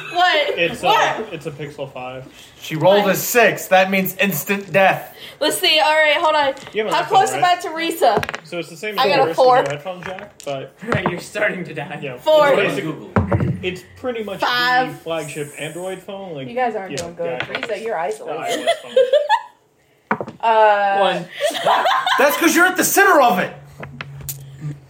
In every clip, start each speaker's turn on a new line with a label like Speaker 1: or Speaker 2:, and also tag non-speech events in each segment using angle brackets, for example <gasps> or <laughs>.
Speaker 1: What?
Speaker 2: It's uh,
Speaker 1: what?
Speaker 2: a, it's a Pixel 5.
Speaker 3: She rolled a
Speaker 1: What?
Speaker 3: six. That means instant death.
Speaker 1: Let's see. All right, hold
Speaker 2: You have
Speaker 1: on.
Speaker 2: an
Speaker 1: How
Speaker 2: iPhone,
Speaker 1: close
Speaker 2: right?
Speaker 1: am I to Risa?
Speaker 2: So it's the same as
Speaker 1: I
Speaker 2: the
Speaker 1: got a
Speaker 2: rest
Speaker 1: four.
Speaker 2: of the headphone jack, but
Speaker 4: Right, <laughs> you're starting to die.
Speaker 2: yeah.
Speaker 1: Four.
Speaker 2: It's,
Speaker 5: Basically,
Speaker 2: basically-
Speaker 5: Google.
Speaker 2: it's pretty much the
Speaker 1: Five.
Speaker 2: flagship Android phone. Like
Speaker 1: You guys aren't
Speaker 2: yeah,
Speaker 1: doing good.
Speaker 2: the iPhone.
Speaker 1: Risa, you're
Speaker 2: The <laughs> iOS
Speaker 1: isolated. <laughs>
Speaker 2: phone.
Speaker 1: Uh,
Speaker 4: One.
Speaker 3: That's because you're at the center of it.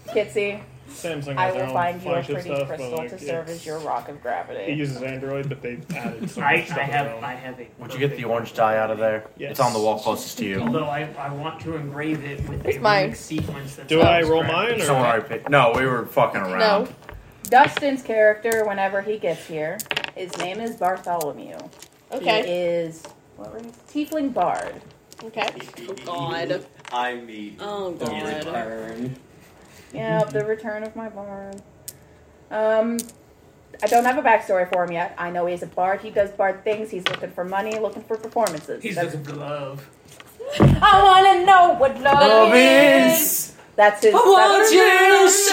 Speaker 1: Kitsy,
Speaker 2: Samsung has
Speaker 1: I
Speaker 2: their
Speaker 1: will
Speaker 2: own
Speaker 1: find you a
Speaker 2: flagship
Speaker 1: pretty
Speaker 2: stuff, but,
Speaker 1: crystal
Speaker 2: like,
Speaker 1: to serve
Speaker 2: it's-
Speaker 1: as your rock of
Speaker 2: It
Speaker 1: gravity.
Speaker 2: uses Android, but they've added some
Speaker 4: I, I
Speaker 2: stuff of their
Speaker 4: have
Speaker 2: own.
Speaker 4: I have a.
Speaker 3: Would you get the orange dye out of there?
Speaker 2: Yes.
Speaker 3: It's on the wall closest to you.
Speaker 4: Although I, I want to engrave it with
Speaker 1: It's
Speaker 4: a
Speaker 1: mine.
Speaker 4: mine. sequence. That's
Speaker 2: Do I roll mine
Speaker 3: Someone
Speaker 2: or?
Speaker 3: already picked. No, we were fucking around.
Speaker 1: No. Dustin's character, whenever he gets here, his name is Bartholomew. He
Speaker 6: Okay.
Speaker 1: is what race? Tiefling Bard.
Speaker 6: Okay. Oh God.
Speaker 5: I mean,
Speaker 6: Oh
Speaker 5: the
Speaker 6: God.
Speaker 5: return.
Speaker 1: Yeah, the return of my bard. Um, I don't have a backstory for him yet. I know he's a bard. He does bard things. He's looking for money, looking for performances.
Speaker 4: He's
Speaker 1: That's-
Speaker 4: looking for love.
Speaker 1: I wanna know what love,
Speaker 3: Love
Speaker 1: is.
Speaker 3: is.
Speaker 1: That's his. that's-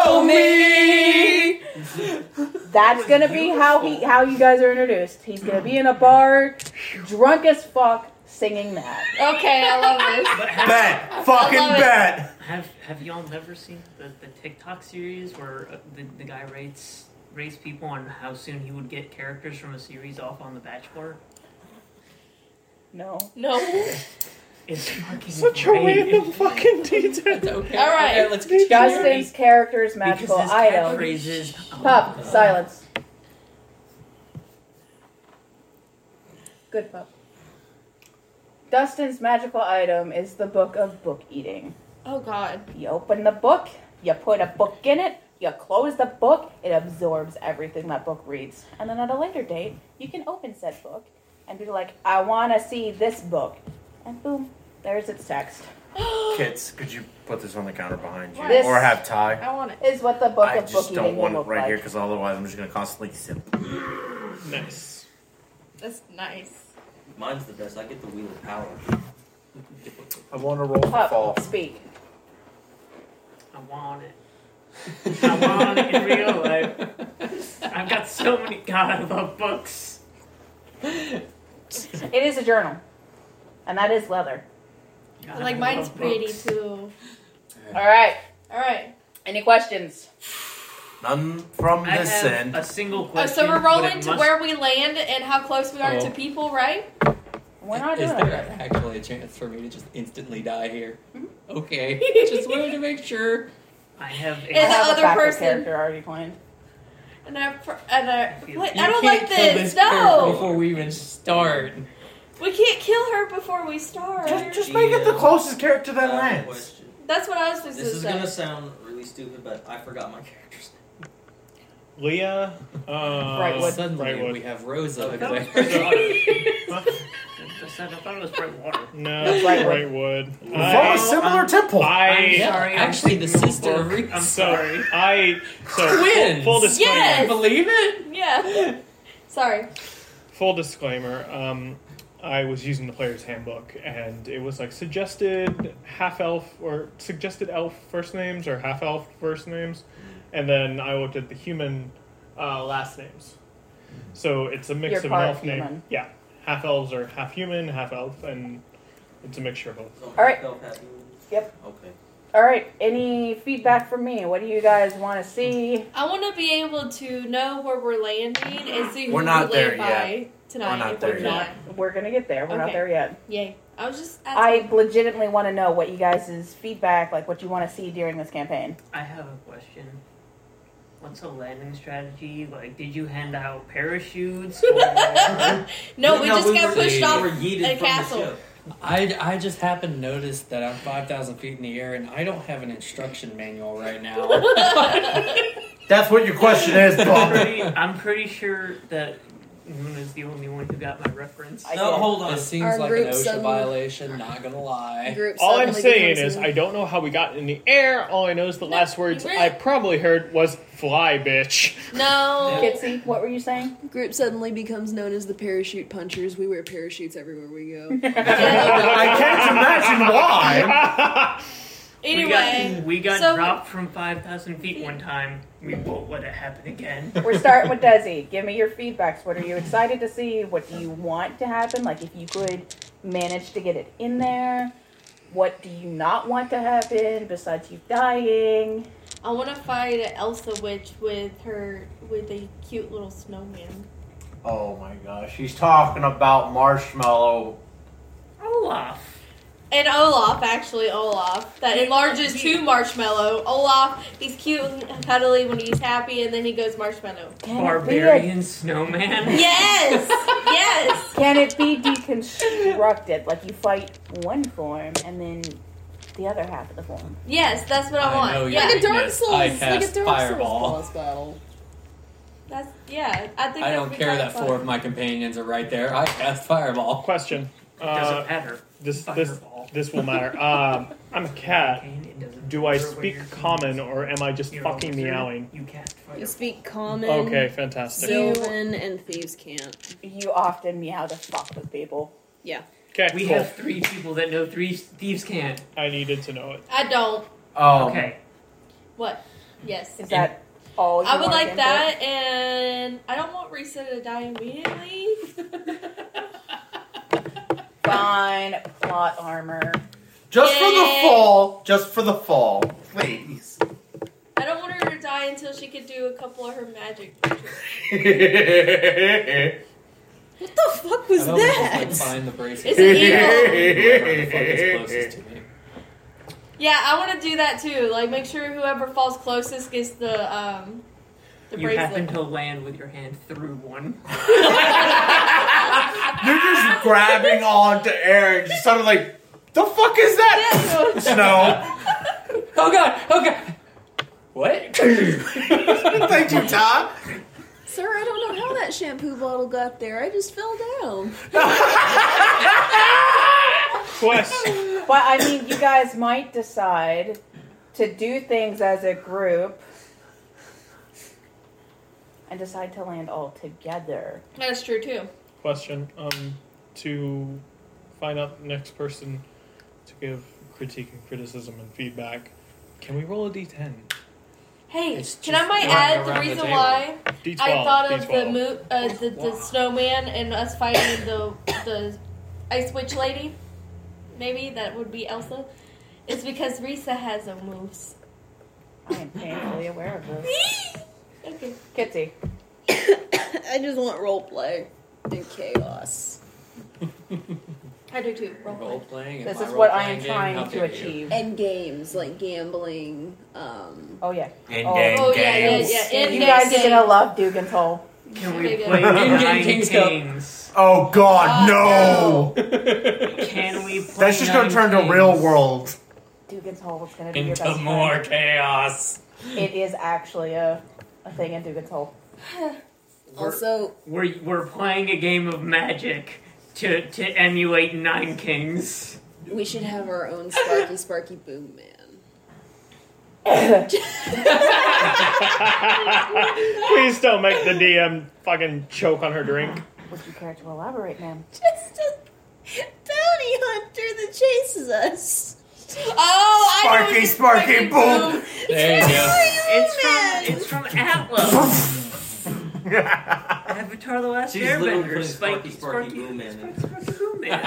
Speaker 3: show me?
Speaker 1: That's gonna be how he how you guys are introduced. He's gonna be in a bar, drunk as fuck, singing that.
Speaker 6: Okay, I love this.
Speaker 4: But have,
Speaker 3: Bet. Fucking
Speaker 6: I love it.
Speaker 3: bet.
Speaker 4: have have y'all never seen the, the TikTok series where uh, the, the guy rates rates people on how soon he would get characters from a series off on The Bachelor?
Speaker 1: No.
Speaker 6: No.
Speaker 4: It's fucking
Speaker 2: Such a
Speaker 4: great.
Speaker 2: random fucking detail.
Speaker 1: <laughs>
Speaker 5: It's <laughs> okay.
Speaker 6: All right.
Speaker 5: Okay, let's continue.
Speaker 1: Justin's character's magical
Speaker 4: Because his
Speaker 1: item.
Speaker 4: catchphrase is oh,
Speaker 1: Pup, silence. Good pup. Dustin's magical item is the book of book eating.
Speaker 6: Oh God.
Speaker 1: You open the book, you put a book in it, you close the book, it absorbs everything that book reads. And then at a later date, you can open said book and be like, I want to see this book. And boom, there's its text.
Speaker 3: Kids, could you put this on the counter behind you,
Speaker 1: This-
Speaker 3: or have Ty?
Speaker 6: I want it.
Speaker 1: Is what the book
Speaker 3: I
Speaker 1: of book
Speaker 3: just don't
Speaker 1: eating
Speaker 3: want
Speaker 1: will
Speaker 3: it
Speaker 1: look
Speaker 3: right
Speaker 1: like.
Speaker 3: here because otherwise I'm just gonna constantly sip.
Speaker 2: Nice.
Speaker 6: That's nice.
Speaker 5: Mine's the best. I get the wheel of power.
Speaker 3: I want to roll for
Speaker 1: Pup,
Speaker 3: fall.
Speaker 1: speak.
Speaker 4: I want it. I want it in real life. I've got so many. God, I love books.
Speaker 1: It is a journal, and that is leather.
Speaker 4: God,
Speaker 6: I like
Speaker 4: I
Speaker 6: mine's
Speaker 4: love
Speaker 6: pretty
Speaker 4: books.
Speaker 6: too.
Speaker 1: All right.
Speaker 6: All right.
Speaker 1: Any questions?
Speaker 3: None from
Speaker 4: I
Speaker 3: this
Speaker 4: have
Speaker 3: end.
Speaker 4: a single
Speaker 6: Oh,
Speaker 4: question.
Speaker 6: so we're
Speaker 4: but it
Speaker 6: rolling to
Speaker 4: must-
Speaker 6: where we land and how close we are
Speaker 5: Oh.
Speaker 6: to people, right?
Speaker 1: We're not
Speaker 5: Is
Speaker 1: doing
Speaker 5: there
Speaker 1: it.
Speaker 5: actually a chance for me to just instantly die here?
Speaker 6: Hmm? <laughs>
Speaker 5: Okay. just wanted to make sure.
Speaker 4: I have.
Speaker 1: I
Speaker 6: And the
Speaker 4: A,
Speaker 1: have a
Speaker 6: other
Speaker 1: backup
Speaker 6: person.
Speaker 1: character already planned.
Speaker 6: And I pr- and I,
Speaker 4: You
Speaker 6: wait, I don't
Speaker 5: can't
Speaker 6: like
Speaker 5: kill
Speaker 6: this.
Speaker 5: character
Speaker 6: No,
Speaker 5: Before we even start.
Speaker 6: we can't kill her before we start.
Speaker 3: Just, just make it the closest character that
Speaker 5: Uh,
Speaker 3: lands.
Speaker 5: question.
Speaker 6: That's what I was supposed
Speaker 5: This
Speaker 6: to
Speaker 5: is
Speaker 6: say.
Speaker 5: gonna sound really stupid, but I forgot my character's name.
Speaker 2: Leah. Uh,
Speaker 1: Brightwood.
Speaker 5: Suddenly
Speaker 2: Brightwood.
Speaker 5: we have Rosa.
Speaker 4: Okay.
Speaker 5: because I- <laughs>
Speaker 4: I said- I thought it was bright water.
Speaker 2: No,
Speaker 1: That's Brightwood.
Speaker 2: Brightwood.
Speaker 3: We Follow a
Speaker 2: I,
Speaker 4: Follow-
Speaker 3: similar
Speaker 4: um,
Speaker 3: temple.
Speaker 2: I,
Speaker 4: I'm
Speaker 5: Yeah,
Speaker 4: sorry, I'm
Speaker 5: actually, the
Speaker 4: thinking of a
Speaker 5: sister of
Speaker 4: book.
Speaker 5: Reese.
Speaker 4: I'm
Speaker 2: so
Speaker 4: sorry.
Speaker 2: I so full,
Speaker 5: Twins.
Speaker 2: full disclaimer.
Speaker 6: Yes!
Speaker 5: Believe it?
Speaker 6: yeah. Sorry.
Speaker 2: Full disclaimer. Um, I was using the player's handbook, and it was like suggested half elf or suggested elf first names or half elf first names, and then I looked at the human uh, last names. So it's a mix
Speaker 1: You're
Speaker 2: of an
Speaker 1: part
Speaker 2: elf name.
Speaker 1: human.
Speaker 2: Yeah, half elves are half human, half elf, and it's a mixture of both.
Speaker 1: right. Yep.
Speaker 5: Okay.
Speaker 1: All right. Any feedback from me? What do you guys want to see?
Speaker 6: I want to be able to know where we're landing and see who
Speaker 3: We're not
Speaker 6: we
Speaker 3: there
Speaker 6: land by tonight.
Speaker 3: We're not
Speaker 6: if we're
Speaker 3: there
Speaker 6: not.
Speaker 1: We're gonna get there. We're not
Speaker 6: Okay.
Speaker 1: there yet.
Speaker 6: Yay. I was just
Speaker 1: I
Speaker 6: asking.
Speaker 1: legitimately want to know what you guys' feedback, like what you want to see during this campaign.
Speaker 4: I have a question. What's a landing strategy? Like, did you hand out parachutes? Or...
Speaker 6: no, we just
Speaker 5: we
Speaker 6: got
Speaker 5: were-
Speaker 6: pushed
Speaker 5: we
Speaker 6: off
Speaker 5: were yeeted
Speaker 6: a
Speaker 5: from the
Speaker 6: castle.
Speaker 5: ship. I, I just happened to notice that I'm 5,000 feet in the air and I don't have an instruction manual
Speaker 1: <laughs>
Speaker 5: right now.
Speaker 3: That's what your question is,
Speaker 4: I'm, <laughs>
Speaker 3: Bob.
Speaker 4: pretty, I'm pretty sure that Moon is the only one who got my reference.
Speaker 1: I
Speaker 5: no,
Speaker 1: did.
Speaker 5: hold on. It seems
Speaker 6: Our
Speaker 5: like
Speaker 6: group
Speaker 5: an OSHA
Speaker 6: suddenly-
Speaker 5: violation, not gonna lie.
Speaker 6: Group
Speaker 2: All I'm
Speaker 6: suddenly
Speaker 2: saying
Speaker 6: becomes
Speaker 2: is,
Speaker 6: an-
Speaker 2: I don't know how we got in the air. All I know is the
Speaker 6: No,
Speaker 2: last words
Speaker 6: you really-
Speaker 2: I probably heard was "fly, bitch."
Speaker 6: no.
Speaker 1: Kitsy, what were you saying?
Speaker 7: Group suddenly becomes known as the parachute punchers. We
Speaker 5: <laughs>
Speaker 7: wear parachutes everywhere we go.
Speaker 3: I can't imagine why.
Speaker 6: Anyway,
Speaker 4: we got, we got
Speaker 6: so-
Speaker 4: dropped from 5,000 feet one time. We won't let it happen again.
Speaker 1: We're starting with Desi. Give me your feedbacks. What are you excited to see? What do you want to happen? Like, if you could manage to get it in there, what do you not want to happen besides you dying?
Speaker 6: I want to fight a Elsa witch with her with a cute little snowman.
Speaker 3: Oh my gosh, he's talking about marshmallow.
Speaker 4: Olaf.
Speaker 6: And Olaf, actually Olaf, that enlarges to marshmallow. Olaf, he's cute and cuddly when he's happy, and then he goes marshmallow.
Speaker 1: Can It
Speaker 4: Barbarian snowman.
Speaker 3: <laughs>
Speaker 6: Yes, yes.
Speaker 1: be a- can it be deconstructed? Like, you fight one form and then the other half of the form.
Speaker 6: Yes, that's what I,
Speaker 5: I
Speaker 6: want.
Speaker 5: know
Speaker 6: yeah,
Speaker 7: Like a Dark
Speaker 5: Goodness,
Speaker 7: Souls,
Speaker 5: I
Speaker 7: like a
Speaker 5: cast
Speaker 7: Dark
Speaker 5: Fireball.
Speaker 7: Souls boss battle.
Speaker 6: that's yeah. I think
Speaker 5: I
Speaker 6: that
Speaker 5: don't
Speaker 6: would be
Speaker 5: care
Speaker 6: kinda
Speaker 5: that
Speaker 6: fun.
Speaker 5: four of my companions are right there. I cast
Speaker 2: <laughs>
Speaker 5: fireball.
Speaker 2: Question.
Speaker 4: doesn't
Speaker 2: Uh,
Speaker 4: matter.
Speaker 2: this this
Speaker 4: Fireball.
Speaker 2: this will matter. Um, I'm a cat.
Speaker 4: Arcane, it doesn't
Speaker 2: Do I
Speaker 4: matter what
Speaker 2: speak
Speaker 4: your-
Speaker 2: common or am I just
Speaker 4: your
Speaker 2: fucking
Speaker 4: wizard,
Speaker 2: meowing?
Speaker 4: You cast fire.
Speaker 7: You speak common,
Speaker 2: Okay, fantastic.
Speaker 7: Sylvan, and thieves can't.
Speaker 1: You often meow to fuck with people.
Speaker 2: Okay,
Speaker 4: We
Speaker 2: cool.
Speaker 4: have three people that know three thieves can't.
Speaker 2: I needed to know it.
Speaker 6: I don't.
Speaker 3: Um,
Speaker 4: Okay.
Speaker 6: What? Yes.
Speaker 1: Is that all you
Speaker 6: I would
Speaker 1: want
Speaker 6: like
Speaker 1: in
Speaker 6: that, and I don't want Risa to die immediately.
Speaker 1: it? Fine. Plot armor.
Speaker 3: Just for the
Speaker 6: Yay.
Speaker 3: fall, just for the fall, please.
Speaker 6: I don't want her to die until she could do a couple of her magic.
Speaker 7: What the fuck was
Speaker 5: I don't know if I
Speaker 7: that?
Speaker 5: can find the bracelet.
Speaker 6: It's an eagle.
Speaker 5: Whoever the fuck is closest to me.
Speaker 6: Yeah, I want to do that too. Like, make sure whoever falls closest gets the um, the
Speaker 4: you happen
Speaker 6: bracelet.
Speaker 4: to land with your hand through one.
Speaker 3: You're just grabbing onto air and just sort of like, the fuck is that? <laughs> Snow.
Speaker 5: Oh god! Oh god!
Speaker 3: <laughs>
Speaker 5: What?
Speaker 3: Thank you, Todd.
Speaker 7: Sir, I don't know how that shampoo bottle got there. I just fell down.
Speaker 2: Quest.
Speaker 1: But I mean, you guys might decide to do things as a group and decide to land all together.
Speaker 6: <laughs> That's true too.
Speaker 2: Question. Um, to find out the next person to give critique and criticism and feedback, can we roll a d10?
Speaker 6: Hey,
Speaker 5: It's
Speaker 6: can I
Speaker 5: just
Speaker 6: might
Speaker 5: going
Speaker 6: add the
Speaker 5: around the
Speaker 6: reason
Speaker 5: table.
Speaker 6: why
Speaker 2: D12.
Speaker 6: I thought of
Speaker 2: D12.
Speaker 6: the mo- uh, the, the snowman and us fighting the the ice witch lady? Maybe that would be Elsa. It's because Risa has no moves.
Speaker 1: I am painfully aware of this.
Speaker 6: Okay.
Speaker 1: Kitsy,
Speaker 7: <laughs> I just want roleplay and chaos.
Speaker 6: I do too. Roll
Speaker 5: Role
Speaker 6: play.
Speaker 5: playing.
Speaker 1: this
Speaker 5: my
Speaker 1: is what I
Speaker 5: role-playing
Speaker 1: am
Speaker 5: game,
Speaker 1: trying
Speaker 5: how
Speaker 1: to
Speaker 5: dare you.
Speaker 1: achieve.
Speaker 7: And games like gambling. Um,
Speaker 1: Oh yeah,
Speaker 3: In
Speaker 1: Endgame
Speaker 6: Oh yeah, yeah,
Speaker 7: games.
Speaker 6: yeah.
Speaker 7: You
Speaker 6: In
Speaker 1: you guys
Speaker 6: games.
Speaker 1: are gonna love Dugan's Hole.
Speaker 4: Can
Speaker 6: Okay,
Speaker 4: we
Speaker 6: good.
Speaker 4: play
Speaker 3: In-game
Speaker 4: nine
Speaker 5: King's Cup.
Speaker 4: games?
Speaker 3: Oh god,
Speaker 7: Uh,
Speaker 3: no!
Speaker 4: Can we play
Speaker 3: That's just gonna
Speaker 4: nine
Speaker 3: turn to
Speaker 4: games?
Speaker 3: real <laughs> world.
Speaker 1: Dugan's Hole is gonna be your
Speaker 5: Into
Speaker 1: best
Speaker 5: more
Speaker 1: friend. <laughs>
Speaker 5: chaos.
Speaker 1: It is actually a, a thing in Dugan's Hole.
Speaker 7: also,
Speaker 4: We're, we're playing a game of magic to, to emulate Nine Kings.
Speaker 7: we should have our own Sparky Sparky Boom <laughs> Man.
Speaker 2: <laughs> Please don't make the DM fucking choke on her drink.
Speaker 1: Would you care to elaborate, ma'am?
Speaker 7: Just a bounty hunter that chases us.
Speaker 6: Oh, I know
Speaker 3: Sparky,
Speaker 6: it's
Speaker 3: Sparky, boom.
Speaker 5: There you go.
Speaker 4: It's from, it's from Atlas. Avatar The Last
Speaker 8: She's literally
Speaker 4: Airbender.
Speaker 8: putting Sparky, Sparky,
Speaker 4: Spiky, Sparky,
Speaker 8: Boom Man. in.
Speaker 4: Sparky, Boom
Speaker 8: <laughs>
Speaker 4: Man.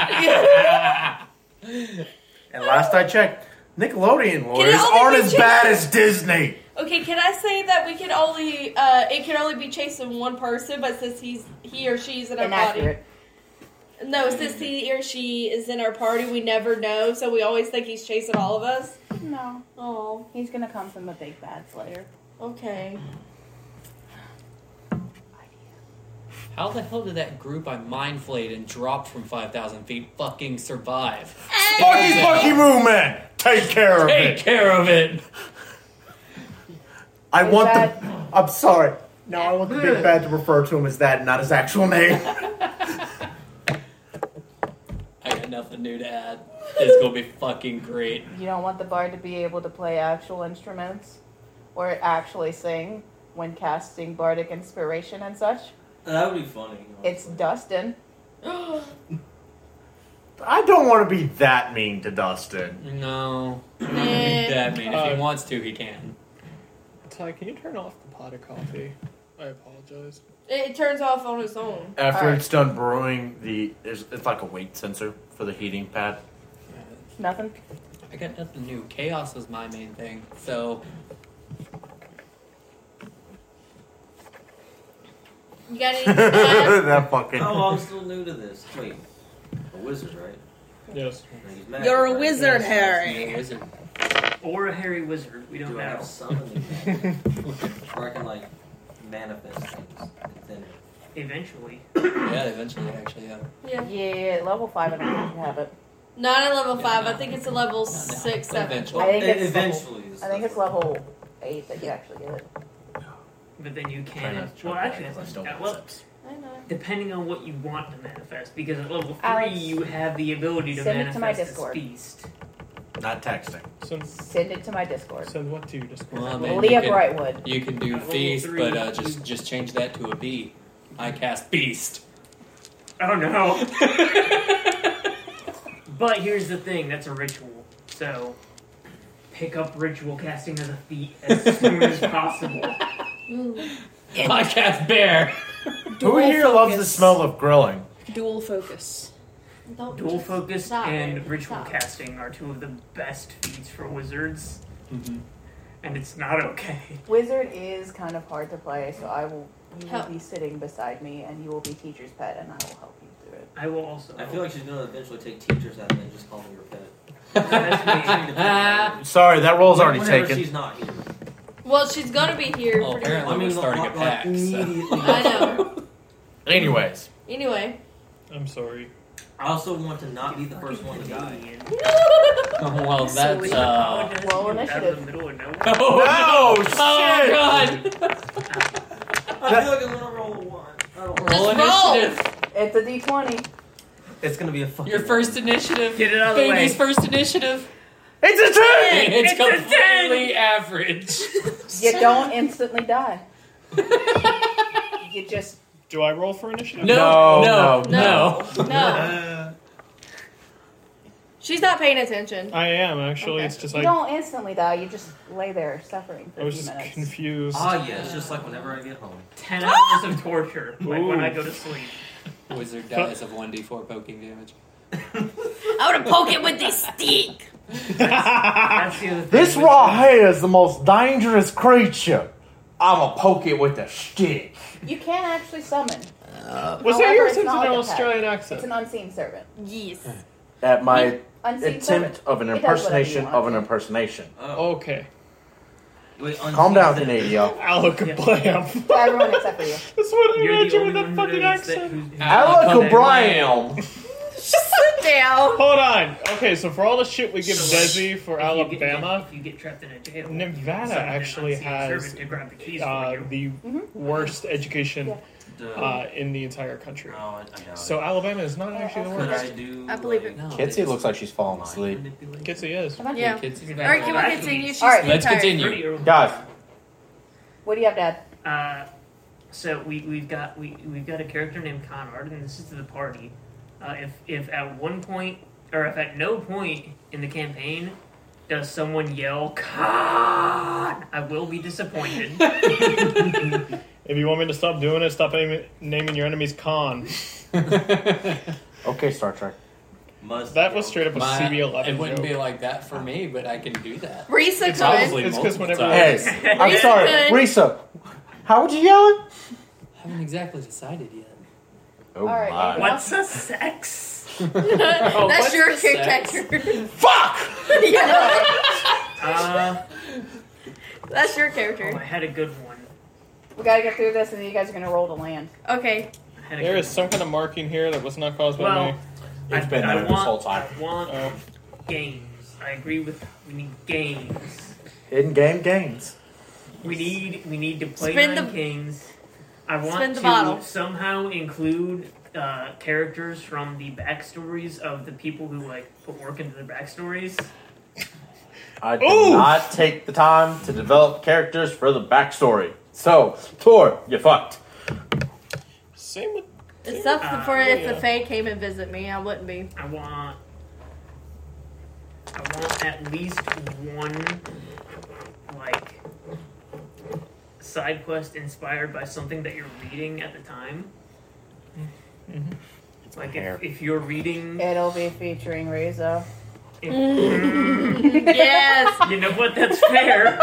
Speaker 3: And last I checked, Nickelodeon
Speaker 6: it
Speaker 3: lawyers
Speaker 6: only
Speaker 3: aren't
Speaker 6: be
Speaker 3: as
Speaker 6: changed-
Speaker 3: bad as Disney.
Speaker 6: <laughs> Okay, can I say that we can only uh, it can only be chasing one person, but since he's he or she's in our
Speaker 1: Inaccurate.
Speaker 6: body, no, since he or she is in our party, we never know, so we always think he's chasing all of us.
Speaker 1: No,
Speaker 6: Oh,
Speaker 1: he's gonna come from the big bads later.
Speaker 6: <gasps> okay.
Speaker 5: <laughs> How the hell did that group I mind flayed and dropped from 5,000 feet fucking survive?
Speaker 3: Sparky, Sparky movement! Take care of
Speaker 5: Take
Speaker 3: it.
Speaker 5: care of it!
Speaker 3: I
Speaker 1: Is
Speaker 3: want
Speaker 1: that-
Speaker 3: the. I'm sorry. No, I want the big bad to refer to him as that, not his actual name.
Speaker 5: I got nothing new to add. It's gonna be fucking great.
Speaker 1: You don't want the bard to be able to play actual instruments or actually sing when casting bardic inspiration and such.
Speaker 8: That would be funny.
Speaker 1: It's
Speaker 8: honestly.
Speaker 1: Dustin.
Speaker 3: I don't want to be that mean to Dustin.
Speaker 5: No.
Speaker 6: Eh.
Speaker 5: That mean, if
Speaker 2: Uh,
Speaker 5: he wants to, he can.
Speaker 2: Ty, can you turn off the pot of coffee? I apologize.
Speaker 6: It, it turns off on its own.
Speaker 3: After
Speaker 1: Alright.
Speaker 3: it's done brewing, the it's, it's like a weight sensor for the heating pad.
Speaker 1: Nothing.
Speaker 5: I got nothing new. Chaos is my main thing. So
Speaker 6: You got <laughs> any? uh,
Speaker 3: <laughs> that fucking.
Speaker 8: Oh, I'm still new to this. Wait, a wizard, right?
Speaker 2: Yes.
Speaker 8: Like, he's magic,
Speaker 7: You're a
Speaker 8: right?
Speaker 7: wizard,
Speaker 8: Yes.
Speaker 7: Harry.
Speaker 5: is it
Speaker 4: Or a hairy wizard. We don't
Speaker 8: Do I
Speaker 4: know.
Speaker 8: have summoning magic?
Speaker 4: <laughs>
Speaker 8: Where I can, like, manifest things. and Then
Speaker 4: Eventually.
Speaker 5: yeah, eventually actually yeah.
Speaker 6: yeah.
Speaker 1: Yeah, level five. I don't think you have it.
Speaker 6: Not at level
Speaker 5: Yeah,
Speaker 6: five. I
Speaker 5: no.
Speaker 6: think it's a level
Speaker 5: Not now,
Speaker 6: six,
Speaker 5: but
Speaker 6: seven.
Speaker 5: eventually.
Speaker 1: I think
Speaker 8: e-
Speaker 1: it's
Speaker 8: eventually. is-
Speaker 1: I think it's level eight that you actually get it.
Speaker 4: But then you
Speaker 3: Try
Speaker 4: can.
Speaker 3: not to
Speaker 4: Well,
Speaker 3: choke
Speaker 4: actually,
Speaker 3: on it,
Speaker 4: that's
Speaker 3: don't
Speaker 4: that,
Speaker 3: want
Speaker 4: well,
Speaker 3: sex.
Speaker 6: I know.
Speaker 4: depending on what you want to manifest, because at level three
Speaker 1: Alex,
Speaker 4: you have the ability to
Speaker 1: send it
Speaker 4: manifest
Speaker 1: to my Discord.
Speaker 4: this beast.
Speaker 3: Not texting.
Speaker 2: Send,
Speaker 1: Send it to my Discord.
Speaker 2: send what to you? Discord.
Speaker 5: Well, I mean, you
Speaker 1: Leah
Speaker 5: can-
Speaker 1: Brightwood.
Speaker 5: You can do
Speaker 4: Level
Speaker 5: feast,
Speaker 4: three.
Speaker 5: but uh, just just change that to a B. I cast beast.
Speaker 4: Oh no! but here's the thing: that's a ritual. So pick up ritual casting of the feet as soon as possible.
Speaker 5: I cast bear.
Speaker 3: Who here loves the smell of grilling?
Speaker 7: Dual focus.
Speaker 6: Don't
Speaker 4: Dual
Speaker 6: just
Speaker 4: focus
Speaker 6: stop
Speaker 4: and
Speaker 6: it.
Speaker 4: ritual
Speaker 6: Stop.
Speaker 4: casting are two of the best feats for wizards,
Speaker 5: Mhm.
Speaker 4: and it's not okay.
Speaker 1: Wizard is kind of hard to play, so I will. You will
Speaker 6: Help.
Speaker 1: be sitting beside me, and you will be teacher's pet, and I will help you through it.
Speaker 4: I will also.
Speaker 8: I feel like she's gonna eventually take teachers out and then just call me your pet.
Speaker 5: Ah.
Speaker 3: Sorry, that roll's already
Speaker 8: Whenever
Speaker 3: taken.
Speaker 8: she's not here.
Speaker 6: Well, she's gonna be here.
Speaker 5: <laughs> Well,
Speaker 6: pretty
Speaker 5: Oh, apparently
Speaker 8: I mean,
Speaker 5: we're starting
Speaker 8: like,
Speaker 5: a pack.
Speaker 8: immediately.
Speaker 5: <laughs> So.
Speaker 6: I know.
Speaker 3: Anyways,
Speaker 6: Anyway.
Speaker 2: I'm sorry.
Speaker 8: I also want to not be the first one to die.
Speaker 5: <laughs> well, that's <laughs> uh.
Speaker 1: Roll
Speaker 4: Out
Speaker 1: initiative.
Speaker 4: of the middle of nowhere.
Speaker 5: Oh,
Speaker 3: No,
Speaker 5: no!
Speaker 3: shit!
Speaker 5: Oh god!
Speaker 8: I feel like I'm gonna roll a one. I don't want-
Speaker 6: Just
Speaker 5: Roll
Speaker 6: roll.
Speaker 5: initiative.
Speaker 1: It's a D twenty.
Speaker 8: It's gonna be a fucking.
Speaker 5: Your first initiative.
Speaker 4: Get it out of the way.
Speaker 5: Baby's first initiative.
Speaker 3: it's a turn.
Speaker 5: It's,
Speaker 4: It's a ten!
Speaker 5: completely <laughs> average.
Speaker 6: <laughs>
Speaker 1: You don't instantly die. you just
Speaker 2: Do I roll for initiative?
Speaker 5: No,
Speaker 3: No,
Speaker 5: no,
Speaker 6: no,
Speaker 5: no.
Speaker 6: No.
Speaker 8: Uh,
Speaker 6: She's not paying attention.
Speaker 2: I am actually.
Speaker 1: Okay.
Speaker 2: It's just
Speaker 1: you
Speaker 2: like
Speaker 1: don't instantly die. You just lay there suffering
Speaker 2: I
Speaker 1: for a
Speaker 2: was
Speaker 1: few
Speaker 2: just
Speaker 1: minutes.
Speaker 2: confused.
Speaker 8: ah, yeah, it's just like whenever I get home.
Speaker 4: Ten hours of torture, like when
Speaker 2: Ooh.
Speaker 4: I go to sleep.
Speaker 5: Wizard dies of 1d4 poking damage.
Speaker 6: I would have poke it with this stick.
Speaker 4: That's the other thing.
Speaker 3: This
Speaker 4: with-
Speaker 3: raw hair is the most dangerous creature. I'ma poke it with a stick.
Speaker 1: You can actually summon.
Speaker 2: Was that
Speaker 1: However,
Speaker 2: your
Speaker 1: it's
Speaker 2: sense of
Speaker 1: not
Speaker 2: an
Speaker 1: like a pet.
Speaker 2: Australian
Speaker 1: It's an
Speaker 2: accent?
Speaker 1: unseen servant.
Speaker 6: Yes.
Speaker 3: At my
Speaker 1: Unseen servant.
Speaker 3: attempt of an
Speaker 1: It does whatever
Speaker 3: impersonation
Speaker 1: you
Speaker 3: of an
Speaker 1: want.
Speaker 3: impersonation.
Speaker 8: Oh,
Speaker 2: Okay.
Speaker 8: wait,
Speaker 3: Calm down,
Speaker 8: unseen-
Speaker 3: Canada.
Speaker 2: Alec
Speaker 4: Yeah.
Speaker 1: <laughs>
Speaker 2: Blam. <laughs>
Speaker 1: To everyone except <laughs> for you.
Speaker 2: That's what I
Speaker 4: You're the
Speaker 2: imagine
Speaker 4: only
Speaker 2: with that
Speaker 4: one
Speaker 2: fucking
Speaker 4: who knows that-
Speaker 2: accent.
Speaker 4: who's-
Speaker 3: Alec
Speaker 4: Okay.
Speaker 3: O'Brien.
Speaker 7: Sit down.
Speaker 2: Hold on. Okay, so for all the shit we give
Speaker 4: So, like,
Speaker 2: Desi for
Speaker 4: If you get-
Speaker 2: Alabama,
Speaker 4: if you get trapped in a jail,
Speaker 2: Nevada
Speaker 4: you can summon an
Speaker 2: actually
Speaker 4: unseen
Speaker 2: has,
Speaker 4: servant to grab the keys
Speaker 2: uh,
Speaker 4: for you.
Speaker 2: the worst education
Speaker 1: Mm-hmm. Yeah.
Speaker 8: Duh.
Speaker 2: uh, in the entire country.
Speaker 8: no, oh,
Speaker 4: Oh,
Speaker 8: I, I doubt it.
Speaker 2: So Alabama is not actually the
Speaker 8: could
Speaker 2: worst.
Speaker 8: I do?
Speaker 7: I believe
Speaker 8: like,
Speaker 7: it.
Speaker 5: No,
Speaker 3: Kitsy
Speaker 5: it's-
Speaker 3: looks like she's falling
Speaker 8: mind
Speaker 3: asleep.
Speaker 8: manipulation?
Speaker 2: Gets he is.
Speaker 1: Come on.
Speaker 6: Yeah.
Speaker 5: Kitsy.
Speaker 4: All
Speaker 6: All right, can we continue? She's
Speaker 1: Alright.
Speaker 6: too
Speaker 5: Let's
Speaker 6: tired.
Speaker 5: continue.
Speaker 3: Guys.
Speaker 1: What do you have to <laughs> add?
Speaker 4: Uh, so we we've got we we've got a character named Conrad, and this is to the party. Uh, if if at one point or if at no point in the campaign does someone yell Con, I will be disappointed.
Speaker 2: If you want me to stop doing it, stop naming, naming your enemies Khan.
Speaker 3: Okay, Star Trek.
Speaker 8: Must
Speaker 2: That was straight up a
Speaker 5: My-
Speaker 2: CB11
Speaker 5: it wouldn't
Speaker 2: joke.
Speaker 5: be like that for me, but I can do that.
Speaker 7: Risa
Speaker 5: It's
Speaker 7: could.
Speaker 5: probably
Speaker 2: It's 'cause
Speaker 5: multiple
Speaker 2: whenever-
Speaker 5: times.
Speaker 8: <laughs>
Speaker 3: Hey, I'm
Speaker 6: Risa
Speaker 3: sorry,
Speaker 6: could.
Speaker 3: Risa. How would you yell it?
Speaker 5: I haven't exactly decided yet.
Speaker 3: Oh
Speaker 1: All right,
Speaker 3: my!
Speaker 1: anyone?
Speaker 4: What's a sex?
Speaker 8: <laughs>
Speaker 5: what's
Speaker 6: That's your
Speaker 5: the sex?
Speaker 6: character.
Speaker 3: Fuck!
Speaker 6: yeah.
Speaker 4: Uh,
Speaker 6: That's your
Speaker 4: oh,
Speaker 6: character.
Speaker 4: I had a good one.
Speaker 1: <laughs> We gotta get through this, and then you guys are gonna roll to land.
Speaker 6: <laughs> Okay.
Speaker 4: I had a
Speaker 2: There
Speaker 4: good
Speaker 2: is some kind of marking here that was not caused by
Speaker 4: Well,
Speaker 2: me.
Speaker 4: I,
Speaker 3: It's been
Speaker 4: I
Speaker 3: there this
Speaker 4: want,
Speaker 3: whole time.
Speaker 4: I want
Speaker 2: Oh.
Speaker 4: games. I agree with we need games.
Speaker 3: In game games.
Speaker 4: We need we need to play
Speaker 6: Spin
Speaker 4: nine
Speaker 6: the-
Speaker 4: kings. I want
Speaker 6: spin the
Speaker 4: to
Speaker 6: bottle.
Speaker 4: somehow include uh, characters from the backstories of the people who like put work into their backstories.
Speaker 3: I did
Speaker 2: Ooh.
Speaker 3: not take the time to develop characters for the backstory. So, Tor, you fucked.
Speaker 2: Same with
Speaker 6: Except
Speaker 4: Uh,
Speaker 6: for if
Speaker 2: Ah, yeah.
Speaker 6: the Fae came and visit me, I wouldn't be.
Speaker 4: I want. I want at least one, like, side quest inspired by something that you're reading at the time. Like,
Speaker 3: hair.
Speaker 4: if, if you're reading.
Speaker 1: It'll be featuring Reza.
Speaker 4: if-
Speaker 6: yes.
Speaker 4: you know what? That's fair.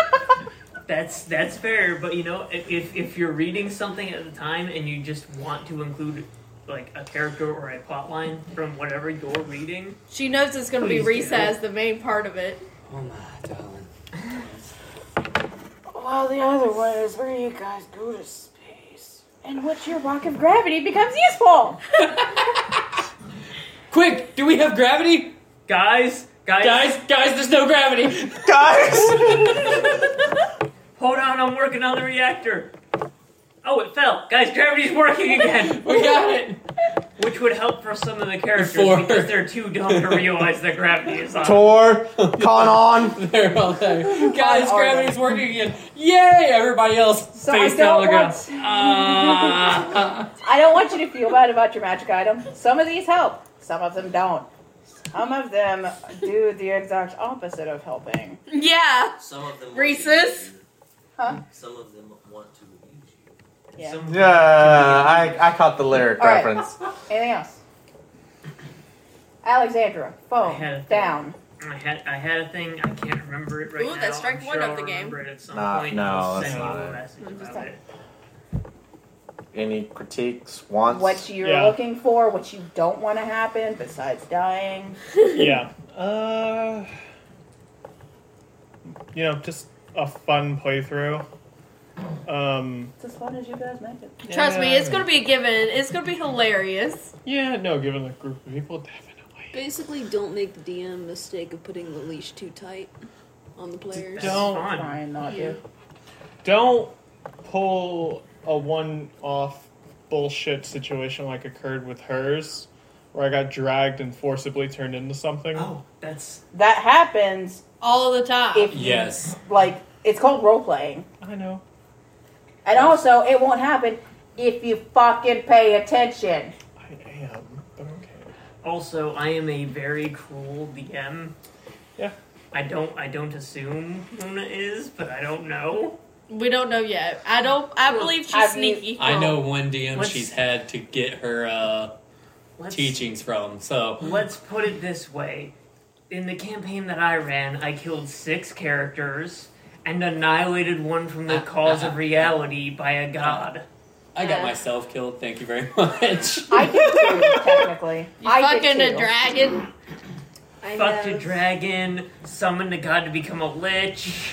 Speaker 4: That's that's fair, but you know, i- if if you're reading something at the time and you just want to include like a character or a plot line from whatever you're reading,
Speaker 6: She knows it's going to be
Speaker 4: Please
Speaker 6: Risa
Speaker 4: do.
Speaker 6: as the main part of it.
Speaker 5: Oh my darling.
Speaker 1: Well, the other one is where you guys go to space. In which your rock of gravity becomes useful.
Speaker 5: Quick, do we have gravity?
Speaker 4: guys, guys,
Speaker 5: Guys, guys, there's no gravity.
Speaker 4: hold on, I'm working on the reactor. Oh, it fell, guys. Gravity's
Speaker 3: <laughs>
Speaker 4: working again,
Speaker 5: We got it. <laughs>
Speaker 4: which would help for some of the characters
Speaker 5: For-
Speaker 4: because they're too dumb to realize that gravity is
Speaker 3: <laughs>
Speaker 4: on.
Speaker 3: Tor, con on.
Speaker 5: They're all there. Guys,
Speaker 1: are
Speaker 5: gravity's working again. Yay! Everybody else
Speaker 1: So
Speaker 5: face
Speaker 1: I
Speaker 5: down
Speaker 1: don't
Speaker 5: on the ground.
Speaker 1: want.
Speaker 5: <laughs>
Speaker 4: Ah.
Speaker 1: I don't want you to feel bad about your magic item. Some of these help. Some of them don't. Some of them do the exact opposite of helping.
Speaker 6: Yeah.
Speaker 8: Some of them.
Speaker 6: Rhesus?
Speaker 1: Huh?
Speaker 8: Some of them want to abuse you.
Speaker 1: Yeah.
Speaker 4: Some-
Speaker 3: Yeah, I, I caught the lyric
Speaker 1: All right.
Speaker 3: reference.
Speaker 1: Anything else? Alexandra,
Speaker 4: I had
Speaker 1: phone
Speaker 4: it.
Speaker 1: down.
Speaker 4: I had I had a thing. I can't remember it right
Speaker 6: Ooh,
Speaker 4: now.
Speaker 6: that's strike
Speaker 4: I'm
Speaker 6: one
Speaker 4: sure
Speaker 6: of
Speaker 4: I'll
Speaker 6: the game.
Speaker 4: remember it at some
Speaker 3: Nah,
Speaker 4: point.
Speaker 3: no,
Speaker 4: I'll
Speaker 3: that's
Speaker 4: send
Speaker 3: not
Speaker 4: you a
Speaker 3: it.
Speaker 4: message
Speaker 1: I'm just
Speaker 4: about
Speaker 1: like-
Speaker 4: it.
Speaker 3: Any critiques, wants?
Speaker 1: What you're
Speaker 2: Yeah.
Speaker 1: looking for, what you don't want to happen besides dying.
Speaker 2: yeah. Uh, you know, just a fun playthrough. Um,
Speaker 1: It's as fun as you guys make it.
Speaker 6: Trust me,
Speaker 2: yeah.
Speaker 6: it's going to be a given. It's going to be hilarious.
Speaker 2: Yeah, no, given the group of people, definitely.
Speaker 7: Basically, don't make the DM mistake of putting the leash too tight on the players.
Speaker 4: That's
Speaker 2: Don't-
Speaker 4: fun.
Speaker 1: Trying not
Speaker 6: Yeah.
Speaker 1: to.
Speaker 2: Don't pull a one-off bullshit situation like occurred with hers, where I got dragged and forcibly turned into something.
Speaker 4: Oh, that's
Speaker 1: That happens
Speaker 6: All the time.
Speaker 1: if you-
Speaker 5: Yes.
Speaker 1: like it's called role playing.
Speaker 2: I know.
Speaker 1: And also it won't happen if you fucking pay attention.
Speaker 2: I am. But okay.
Speaker 4: also I am a very cruel DM.
Speaker 2: Yeah.
Speaker 4: I don't I don't assume Luna is, but I don't know.
Speaker 6: we don't know yet. I don't. I believe she's
Speaker 1: Have you-
Speaker 6: sneaky.
Speaker 5: I know one DM
Speaker 4: What's-
Speaker 5: she's had to get her uh,
Speaker 4: Let's,
Speaker 5: teachings from. So
Speaker 4: Let's put it this way: in the campaign that I ran, I killed six characters and annihilated one from
Speaker 7: Uh,
Speaker 4: the cause
Speaker 7: uh-huh.
Speaker 4: of reality by a god.
Speaker 5: I got
Speaker 6: Uh.
Speaker 5: myself killed. Thank you very <laughs> much.
Speaker 1: I did too, technically.
Speaker 6: You
Speaker 1: I
Speaker 6: fucking
Speaker 1: did
Speaker 6: a
Speaker 1: too.
Speaker 6: dragon.
Speaker 7: I
Speaker 4: fucked a dragon, summoned a god to become a lich.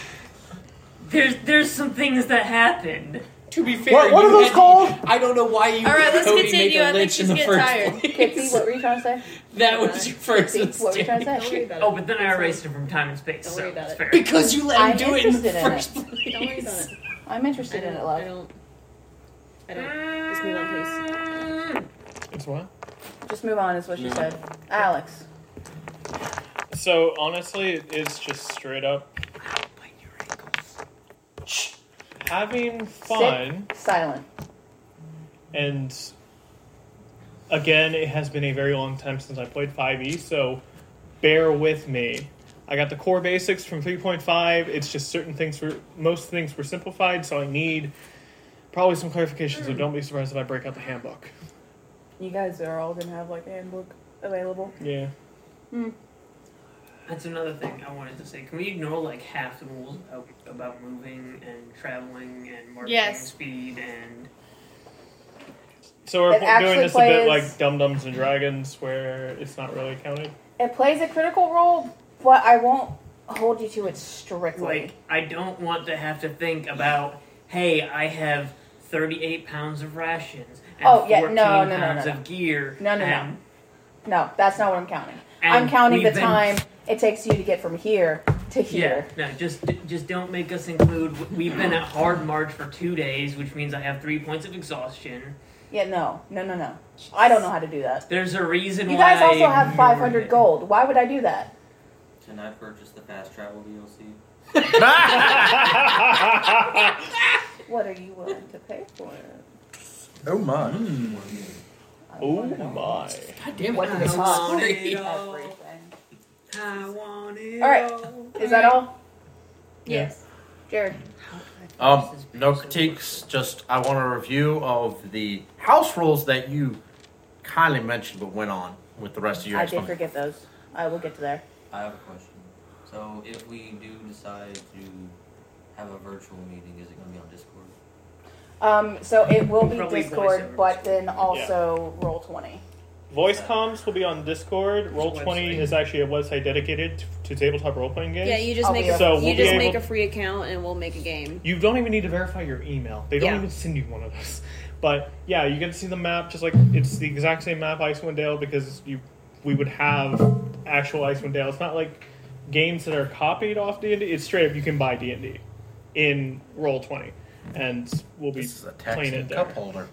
Speaker 4: There's there's some things that happened.
Speaker 5: to be fair,
Speaker 3: What, what
Speaker 5: you
Speaker 3: are those
Speaker 5: had-
Speaker 3: called?
Speaker 5: I don't know why you.
Speaker 6: All right, let's
Speaker 5: Cody
Speaker 6: continue.
Speaker 5: Make a
Speaker 6: I think
Speaker 5: lynch
Speaker 6: she's
Speaker 5: in the
Speaker 6: getting
Speaker 5: first
Speaker 6: tired.
Speaker 5: place.
Speaker 1: Kitsy, what were you trying to say?
Speaker 5: <laughs> That was your first
Speaker 1: Kitsy, what were you trying
Speaker 5: mistake.
Speaker 1: to
Speaker 7: Don't worry
Speaker 1: say?
Speaker 7: about it.
Speaker 4: Oh, but then I
Speaker 7: It's
Speaker 4: erased it from time and space,
Speaker 7: Don't
Speaker 4: so
Speaker 7: worry about
Speaker 4: it's
Speaker 7: it.
Speaker 4: fair.
Speaker 5: <laughs> Because you let him
Speaker 1: I'm
Speaker 5: do it in the
Speaker 1: interested in
Speaker 5: first place.
Speaker 7: fine. Don't worry about it.
Speaker 1: Oh, I'm
Speaker 7: I
Speaker 1: interested in
Speaker 7: don't.
Speaker 1: it,
Speaker 7: I
Speaker 1: love.
Speaker 7: don't. I don't. Just move on, please.
Speaker 4: Mm.
Speaker 2: It's what?
Speaker 1: Just move on is what she
Speaker 5: Move
Speaker 1: said. Alex.
Speaker 2: So honestly, it is just straight up having fun,
Speaker 1: Silent.
Speaker 2: and again, it has been a very long time since I played 5e, so bear with me. I got the core basics from 3.5. It's just certain things were most things were simplified, so I need probably some clarification. So don't be surprised if I break out the handbook.
Speaker 1: You guys are all gonna have like a handbook available.
Speaker 2: Yeah.
Speaker 4: That's another thing I wanted to say. Can we ignore like half the rules about, about moving and traveling and marching
Speaker 6: Yes.
Speaker 4: speed and
Speaker 2: So we're
Speaker 1: It
Speaker 2: pl- doing
Speaker 1: actually
Speaker 2: this a bit
Speaker 1: plays-
Speaker 2: like Dum Dums and Dragons, where it's not really counted.
Speaker 1: It plays a critical role, but I won't hold you to it strictly.
Speaker 4: like I don't want to have to think about hey I have thirty eight pounds of rations and
Speaker 1: Oh, yeah, no,
Speaker 4: 14
Speaker 1: no, no, no,
Speaker 4: pounds
Speaker 1: no.
Speaker 4: of gear
Speaker 1: No, no, no.
Speaker 4: and
Speaker 1: No, that's not what I'm counting. I'm
Speaker 4: And
Speaker 1: counting the
Speaker 4: we've been-
Speaker 1: time it takes you to get from here to here.
Speaker 4: <laughs> Yeah, no, just just don't make us include. We've been at hard march for two days, which means I have three points of exhaustion.
Speaker 1: Yeah, no, no, no, no. I don't know how to do that.
Speaker 4: There's a reason
Speaker 1: You
Speaker 4: why.
Speaker 1: guys also
Speaker 4: I
Speaker 1: have
Speaker 4: ignored
Speaker 1: 500
Speaker 4: it.
Speaker 1: gold. Why would I do that?
Speaker 8: Can I purchase the fast travel DLC?
Speaker 1: What are you willing to pay for it?
Speaker 3: oh my.
Speaker 2: Oh my.
Speaker 5: God damn it.
Speaker 1: What did
Speaker 5: I
Speaker 1: it
Speaker 5: was
Speaker 1: cost?
Speaker 5: sorry.
Speaker 1: Everything.
Speaker 4: I want it.
Speaker 1: All right. Is that all?
Speaker 6: Yes.
Speaker 1: Jared.
Speaker 3: Um, no critiques. Just I want a review of the house rules that you kindly mentioned, but went on with the rest of your.
Speaker 1: I did
Speaker 3: explanation.
Speaker 1: forget those. I will get to there.
Speaker 8: I have a question. So if we do decide to have a virtual meeting, is it going to be on Discord?
Speaker 1: Um, so it will be
Speaker 4: Probably
Speaker 1: Discord,
Speaker 4: voiceover.
Speaker 1: but then also roll twenty.
Speaker 2: Voice comms will be on Discord. Roll twenty
Speaker 4: Website.
Speaker 2: is actually a website dedicated to, to tabletop role playing games.
Speaker 7: Yeah, you just
Speaker 1: I'll
Speaker 7: make
Speaker 1: be
Speaker 7: a,
Speaker 2: So
Speaker 7: you
Speaker 2: we'll
Speaker 7: just
Speaker 2: be
Speaker 7: make
Speaker 2: able-
Speaker 7: a free account and we'll make a game.
Speaker 2: You don't even need to verify your email. They don't
Speaker 7: Yeah.
Speaker 2: even send you one of those. But yeah, you get to see the map just like it's the exact same map Icewind Dale because you we would have actual Icewind Dale. It's not like games that are copied off D and D. It's straight up you can buy D and D in Roll Twenty, and we'll be
Speaker 3: This is a tax
Speaker 2: playing it
Speaker 3: and
Speaker 2: there.
Speaker 3: cup holder.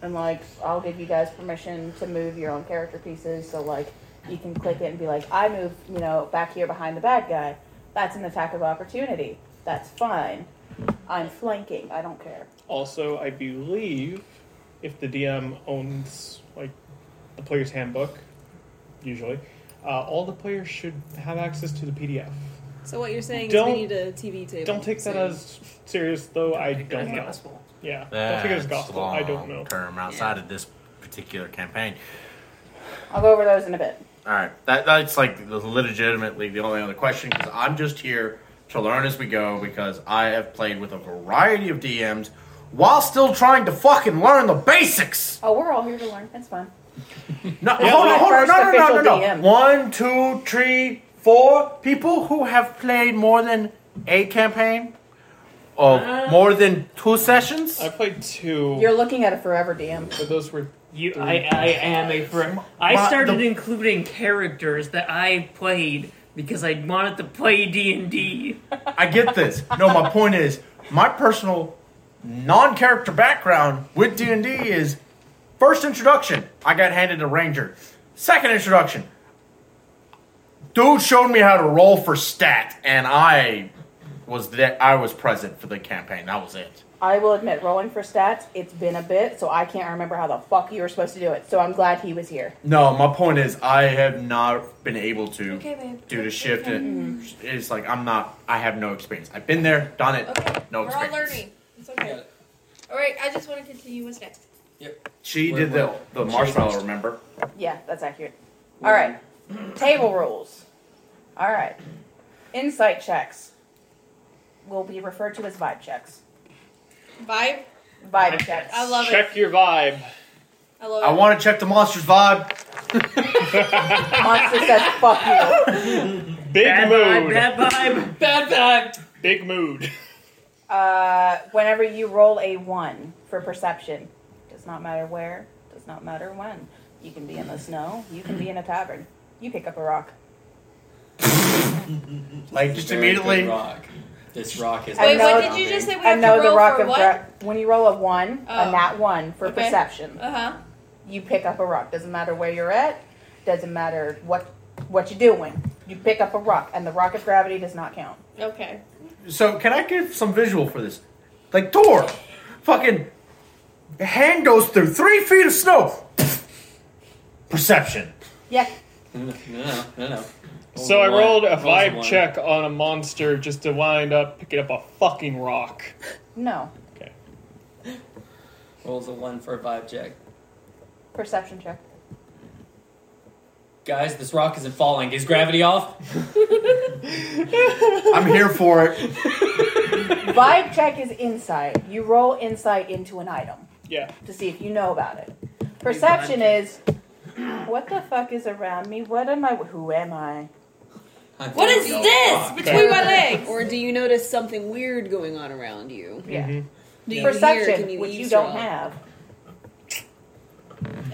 Speaker 1: And like, I'll give you guys permission to move your own character pieces. So like, you can click it and be like, I move, you know, back here behind the bad guy. That's an attack of opportunity. That's fine. I'm flanking. I don't care.
Speaker 2: Also, I believe if the DM owns like the player's handbook, usually, uh, all the players should have access to the PDF.
Speaker 7: So what you're saying
Speaker 2: Don't-
Speaker 7: is we need a TV table.
Speaker 2: Don't take that
Speaker 7: soon.
Speaker 2: as serious, though. I
Speaker 4: Take that as
Speaker 2: don't know.
Speaker 4: gospel.
Speaker 2: Yeah, don't take it as gospel. I don't know.
Speaker 3: Term outside of this particular campaign.
Speaker 1: I'll go over those in a bit.
Speaker 3: All right, that that's like legitimately the only other question because I'm just here to learn as we go because I have played with a variety of DMs while still trying to fucking learn the basics.
Speaker 1: Oh, we're all here to learn. That's fine.
Speaker 3: No,
Speaker 1: Yeah,
Speaker 3: hold
Speaker 1: my
Speaker 3: on, hold on,
Speaker 1: first
Speaker 3: no, no, no,
Speaker 1: official
Speaker 3: no, no.
Speaker 1: DM.
Speaker 3: One, two, three, four people who have played more than a campaign of more than two sessions.
Speaker 2: Uh, I played 2
Speaker 1: You're looking at a forever DM.
Speaker 2: but those were
Speaker 4: You, I, I am a friend. I
Speaker 3: Well,
Speaker 4: started
Speaker 3: the-
Speaker 4: including characters that I played because I wanted to play D and D.
Speaker 3: I get this. No, my point is my personal non-character background with D and D is first introduction. I got handed a ranger. Second introduction, dude showed me how to roll for stat, and I was there. I was present for the campaign. That was it.
Speaker 1: I will admit, rolling for stats, it's been a bit, so I can't remember how the fuck you were supposed to do it. So I'm glad he was here.
Speaker 3: No, my point is I have not been able to
Speaker 6: Okay, babe.
Speaker 3: do the shift. And it's like I'm not. I have no experience. I've been there, done it.
Speaker 6: Okay. Oh,
Speaker 3: No
Speaker 6: We're
Speaker 3: experience.
Speaker 6: all learning. It's okay.
Speaker 5: Yeah.
Speaker 6: All right. I just want to continue. What's next?
Speaker 3: She
Speaker 5: Wait,
Speaker 3: did the
Speaker 5: wait.
Speaker 3: the marshmallow. Remember?
Speaker 1: Yeah, that's accurate. All right. Table rules. All right. Insight checks will be referred to as vibe checks.
Speaker 6: Vibe.
Speaker 1: Vibe checks.
Speaker 6: I love
Speaker 2: check your vibe.
Speaker 6: it. I love it.
Speaker 3: I want to check the monster's vibe.
Speaker 1: <laughs> Monster says fuck you.
Speaker 2: Big
Speaker 4: Bad vibe,
Speaker 2: mood.
Speaker 4: bad vibe.
Speaker 5: Bad vibe.
Speaker 2: Big mood.
Speaker 1: Uh, whenever you roll a one for perception, does not matter where, does not matter when. You can be in the snow. You can be in a tavern. You pick up a rock.
Speaker 3: Like just immediately.
Speaker 5: Rock. This rock is.
Speaker 1: I
Speaker 6: Wait, what
Speaker 1: know-
Speaker 6: did you just say? We
Speaker 1: I
Speaker 6: have
Speaker 1: know
Speaker 6: to roll
Speaker 1: the rock
Speaker 6: for
Speaker 1: of
Speaker 6: what?
Speaker 1: dra- when you roll a one,
Speaker 6: Oh.
Speaker 1: a nat one for
Speaker 6: Okay.
Speaker 1: perception.
Speaker 6: Uh huh.
Speaker 1: you pick up a rock. Doesn't matter where you're at. Doesn't matter what what you're doing. You pick up a rock, and the rock of gravity does not count.
Speaker 6: Okay.
Speaker 3: So can I give some visual for this? Like door, fucking hand goes through three feet of snow. Perception.
Speaker 1: Yeah,
Speaker 5: <laughs> No, no, no. no.
Speaker 2: So I
Speaker 5: One.
Speaker 2: rolled a
Speaker 5: Rolls
Speaker 2: vibe
Speaker 5: one.
Speaker 2: check on a monster just to wind up picking up a fucking rock.
Speaker 1: no
Speaker 5: Rolls a one for a vibe check.
Speaker 1: perception check.
Speaker 5: Guys, this rock isn't falling. Is gravity off?
Speaker 3: I'm here for it.
Speaker 1: Vibe check is insight. You roll insight into an item
Speaker 2: Yeah.
Speaker 4: <laughs>
Speaker 1: to see if you know about it. Perception is <clears throat> what the fuck is around me. What am I? Who am I?
Speaker 5: I
Speaker 6: What
Speaker 5: think
Speaker 6: is
Speaker 5: no
Speaker 6: this
Speaker 5: rock.
Speaker 6: between my legs?
Speaker 7: <laughs> Or do you notice something weird going on around you?
Speaker 1: Yeah.
Speaker 2: Mhm.
Speaker 7: Do you hear?
Speaker 1: Perception,
Speaker 7: Can you
Speaker 1: which you
Speaker 7: eavesdrop?
Speaker 1: don't have.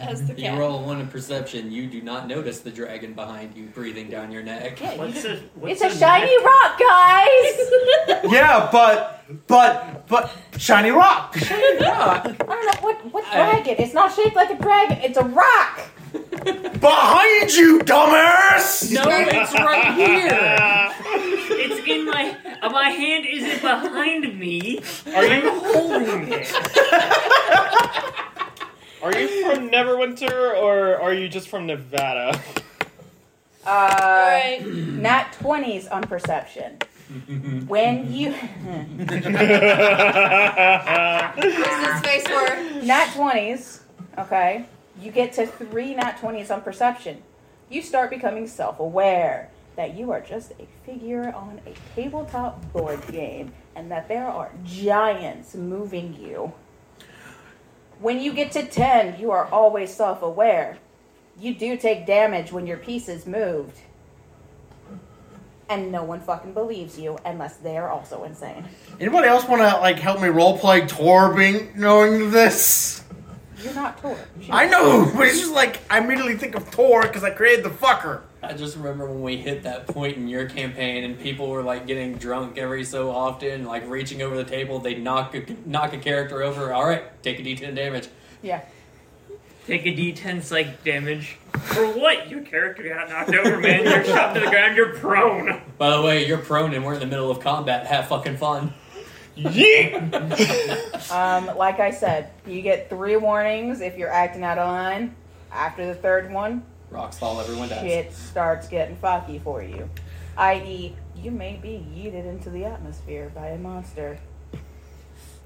Speaker 6: As the
Speaker 5: You
Speaker 6: cat.
Speaker 5: roll a one in perception. You do not notice the dragon behind you breathing down your neck.
Speaker 1: Yeah, you
Speaker 4: What's
Speaker 1: just,
Speaker 4: a,
Speaker 1: it's
Speaker 4: what's
Speaker 1: a shiny <laughs> rock,
Speaker 6: <laughs>
Speaker 1: guys.
Speaker 3: Yeah, but but but shiny rock.
Speaker 1: I don't know what what dragon. It's not shaped like a dragon. It's a rock.
Speaker 3: Behind you, dumbass! <laughs>
Speaker 5: No, it's right here.
Speaker 4: <laughs> It's in my. Uh, my hand isn't behind me.
Speaker 2: <laughs> Are you
Speaker 4: Holding it.
Speaker 2: are Are you from Neverwinter or are you just from
Speaker 4: <laughs>
Speaker 2: Nevada? <laughs>
Speaker 1: Uh,
Speaker 6: Alright.
Speaker 1: Not twenties on perception. When you <laughs>
Speaker 6: What's this face for?
Speaker 1: not twenties, okay, you get to three not twenties on perception. You start becoming self-aware that you are just a figure on a tabletop board game, and that there are giants moving you. When you get to ten, you are always self-aware. You do take damage when your piece is moved. And no one fucking believes you unless they're also insane.
Speaker 3: Anybody else want to like help me roleplay Tor being knowing this?
Speaker 1: You're not Tor. She's
Speaker 3: I know, but it's just like I immediately think of Tor because I created the fucker.
Speaker 5: I just remember when we hit that point in your campaign and people were like getting drunk every so often, like reaching over the table, they'd knock a, knock a character over. All right, take a d10 damage.
Speaker 1: Yeah.
Speaker 4: Take a d10 psych damage. For what? Your character got knocked over, man. You're shot to the ground. You're prone.
Speaker 5: By the way, you're prone and we're in the middle of combat. Have fucking fun.
Speaker 2: Yeet!
Speaker 1: Um, like I said, you get three warnings if you're acting out of line. After the third one,
Speaker 5: Rocks fall, everyone dies.
Speaker 1: shit starts getting fucky for you. I.e., you may be yeeted into the atmosphere by a monster.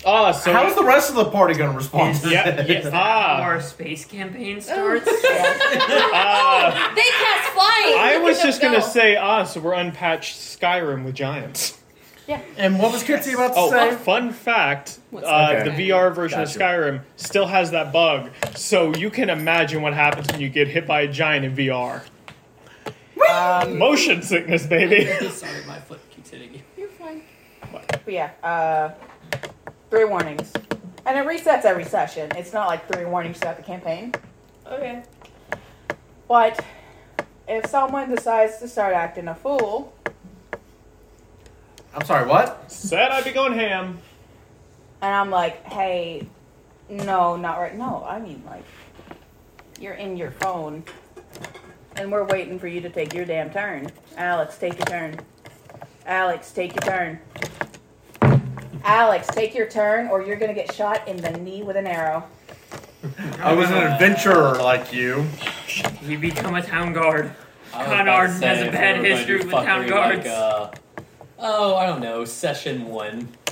Speaker 2: Ah, so.
Speaker 3: How's the rest of the party gonna respond? To
Speaker 2: Yeah,
Speaker 1: <laughs>
Speaker 3: this?
Speaker 2: yeah, ah,
Speaker 4: Our space campaign starts.
Speaker 2: ah.
Speaker 6: They cast flying.
Speaker 2: I
Speaker 6: Look
Speaker 2: was
Speaker 6: at them
Speaker 2: just gonna
Speaker 6: go.
Speaker 2: say, ah, so we're unpatched Skyrim with giants.
Speaker 3: And what was Kitsy about to
Speaker 2: Oh,
Speaker 3: say?
Speaker 2: fun fact:
Speaker 7: What's
Speaker 2: uh,
Speaker 3: that?
Speaker 2: the VR version
Speaker 3: Gotcha.
Speaker 2: of Skyrim still has that bug, so you can imagine what happens when you get hit by a giant in VR. Motion sickness, baby.
Speaker 5: Sorry, my foot keeps hitting you.
Speaker 7: <laughs> You're fine.
Speaker 1: But yeah, uh, three warnings. And it resets every session. It's not like three warnings throughout the campaign.
Speaker 6: Okay.
Speaker 1: But if someone decides to start acting a fool,
Speaker 3: Oh, I'm sorry, what?
Speaker 2: Said I'd be going ham.
Speaker 1: and I'm like, hey, no, not right. No, I mean, like, you're in your phone, and we're waiting for you to take your damn turn. Alex, take your turn. Alex, take your turn. Alex, take your turn, or you're gonna get shot in the knee with an arrow.
Speaker 3: I was an adventurer like you.
Speaker 4: We become a town guard.
Speaker 5: I was
Speaker 4: Con
Speaker 5: about to
Speaker 4: Arden
Speaker 5: say,
Speaker 4: has a
Speaker 5: if
Speaker 4: bad
Speaker 5: we were gonna
Speaker 4: history
Speaker 5: do
Speaker 4: with town
Speaker 5: fuckery,
Speaker 4: guards.
Speaker 5: Like, uh, oh, I don't know. Session one. <laughs>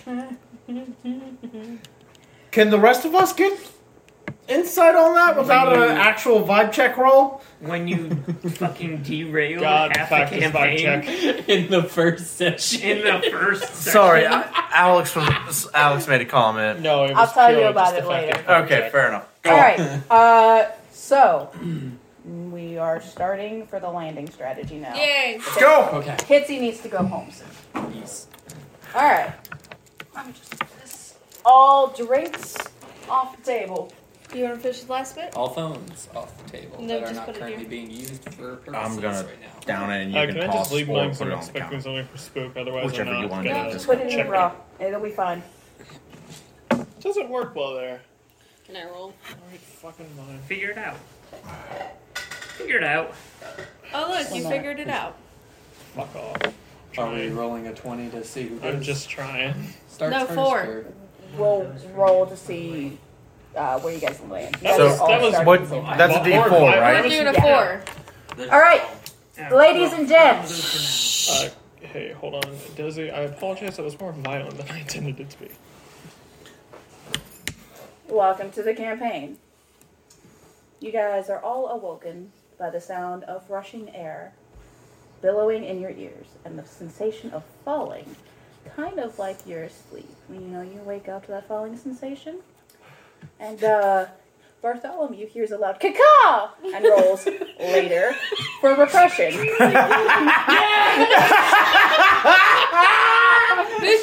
Speaker 3: Can the rest of us get insight on that without an actual vibe check <laughs> roll?
Speaker 4: When you fucking derail
Speaker 2: God,
Speaker 4: half
Speaker 2: fact
Speaker 4: the
Speaker 2: is fact
Speaker 4: campaign
Speaker 2: check.
Speaker 5: In the first session.
Speaker 4: in the
Speaker 2: <laughs>
Speaker 4: first section.
Speaker 3: Alex from Alex made a comment.
Speaker 2: No, it was
Speaker 1: I'll tell you
Speaker 2: purely
Speaker 1: about
Speaker 2: just
Speaker 1: it
Speaker 2: a fact
Speaker 1: later.
Speaker 2: check.
Speaker 3: Okay, fair enough. Go
Speaker 1: All
Speaker 3: on.
Speaker 1: right. Uh, so we are starting for the landing strategy now.
Speaker 6: Yay.
Speaker 3: Let's go.
Speaker 5: Okay.
Speaker 1: Kitsy needs to go home soon.
Speaker 5: Yes.
Speaker 1: All right. All drinks off the table.
Speaker 6: Do you want to finish the last bit?
Speaker 5: All phones off the table
Speaker 6: No,
Speaker 5: that are
Speaker 6: just
Speaker 5: not
Speaker 6: put it
Speaker 5: currently
Speaker 6: here.
Speaker 5: being used for purposes
Speaker 3: gonna-
Speaker 5: right now.
Speaker 3: Down it and you
Speaker 2: Uh,
Speaker 3: can,
Speaker 2: can I
Speaker 3: pause
Speaker 2: just leave
Speaker 3: or
Speaker 2: mine
Speaker 3: put
Speaker 2: so
Speaker 3: it
Speaker 2: I'm
Speaker 3: on the
Speaker 2: expecting
Speaker 3: counter.
Speaker 2: something for spook? Otherwise,
Speaker 3: Whichever
Speaker 2: I'm
Speaker 3: you
Speaker 2: not
Speaker 3: want.
Speaker 2: gonna
Speaker 1: No,
Speaker 2: just
Speaker 1: just put it in
Speaker 2: check
Speaker 1: the raw. It'll be fine.
Speaker 2: It doesn't work well there.
Speaker 6: Can I roll?
Speaker 2: Alright, fucking mine.
Speaker 4: Figure it out. Figure it out.
Speaker 6: Oh look, you
Speaker 1: Why not?
Speaker 6: figured it out.
Speaker 2: Fuck off.
Speaker 5: Are we
Speaker 2: Trying.
Speaker 5: rolling a 20 to see who goes?
Speaker 2: I'm just trying.
Speaker 5: Starts
Speaker 6: No,
Speaker 5: first,
Speaker 6: four.
Speaker 5: or-
Speaker 1: We'll roll to see uh, where you guys land. You
Speaker 2: That
Speaker 1: guys
Speaker 2: was-
Speaker 1: all
Speaker 2: that was
Speaker 1: start
Speaker 3: what-
Speaker 1: at the same time.
Speaker 3: That's a
Speaker 2: Or-
Speaker 3: D4,
Speaker 2: or-
Speaker 6: We're
Speaker 3: right?
Speaker 6: doing a
Speaker 1: Yeah.
Speaker 6: four.
Speaker 8: There's-
Speaker 1: All right.
Speaker 4: Yeah.
Speaker 1: Ladies and
Speaker 4: gents.
Speaker 2: Uh, hey, hold on. Desi, I apologize. That was more violent than I intended it to be.
Speaker 1: Welcome to the campaign. You guys are all awoken by the sound of rushing air billowing in your ears and the sensation of falling, kind of like you're asleep. You know, you wake up to that falling sensation. And uh, Bartholomew hears a loud caw and rolls later for repression.
Speaker 6: Who's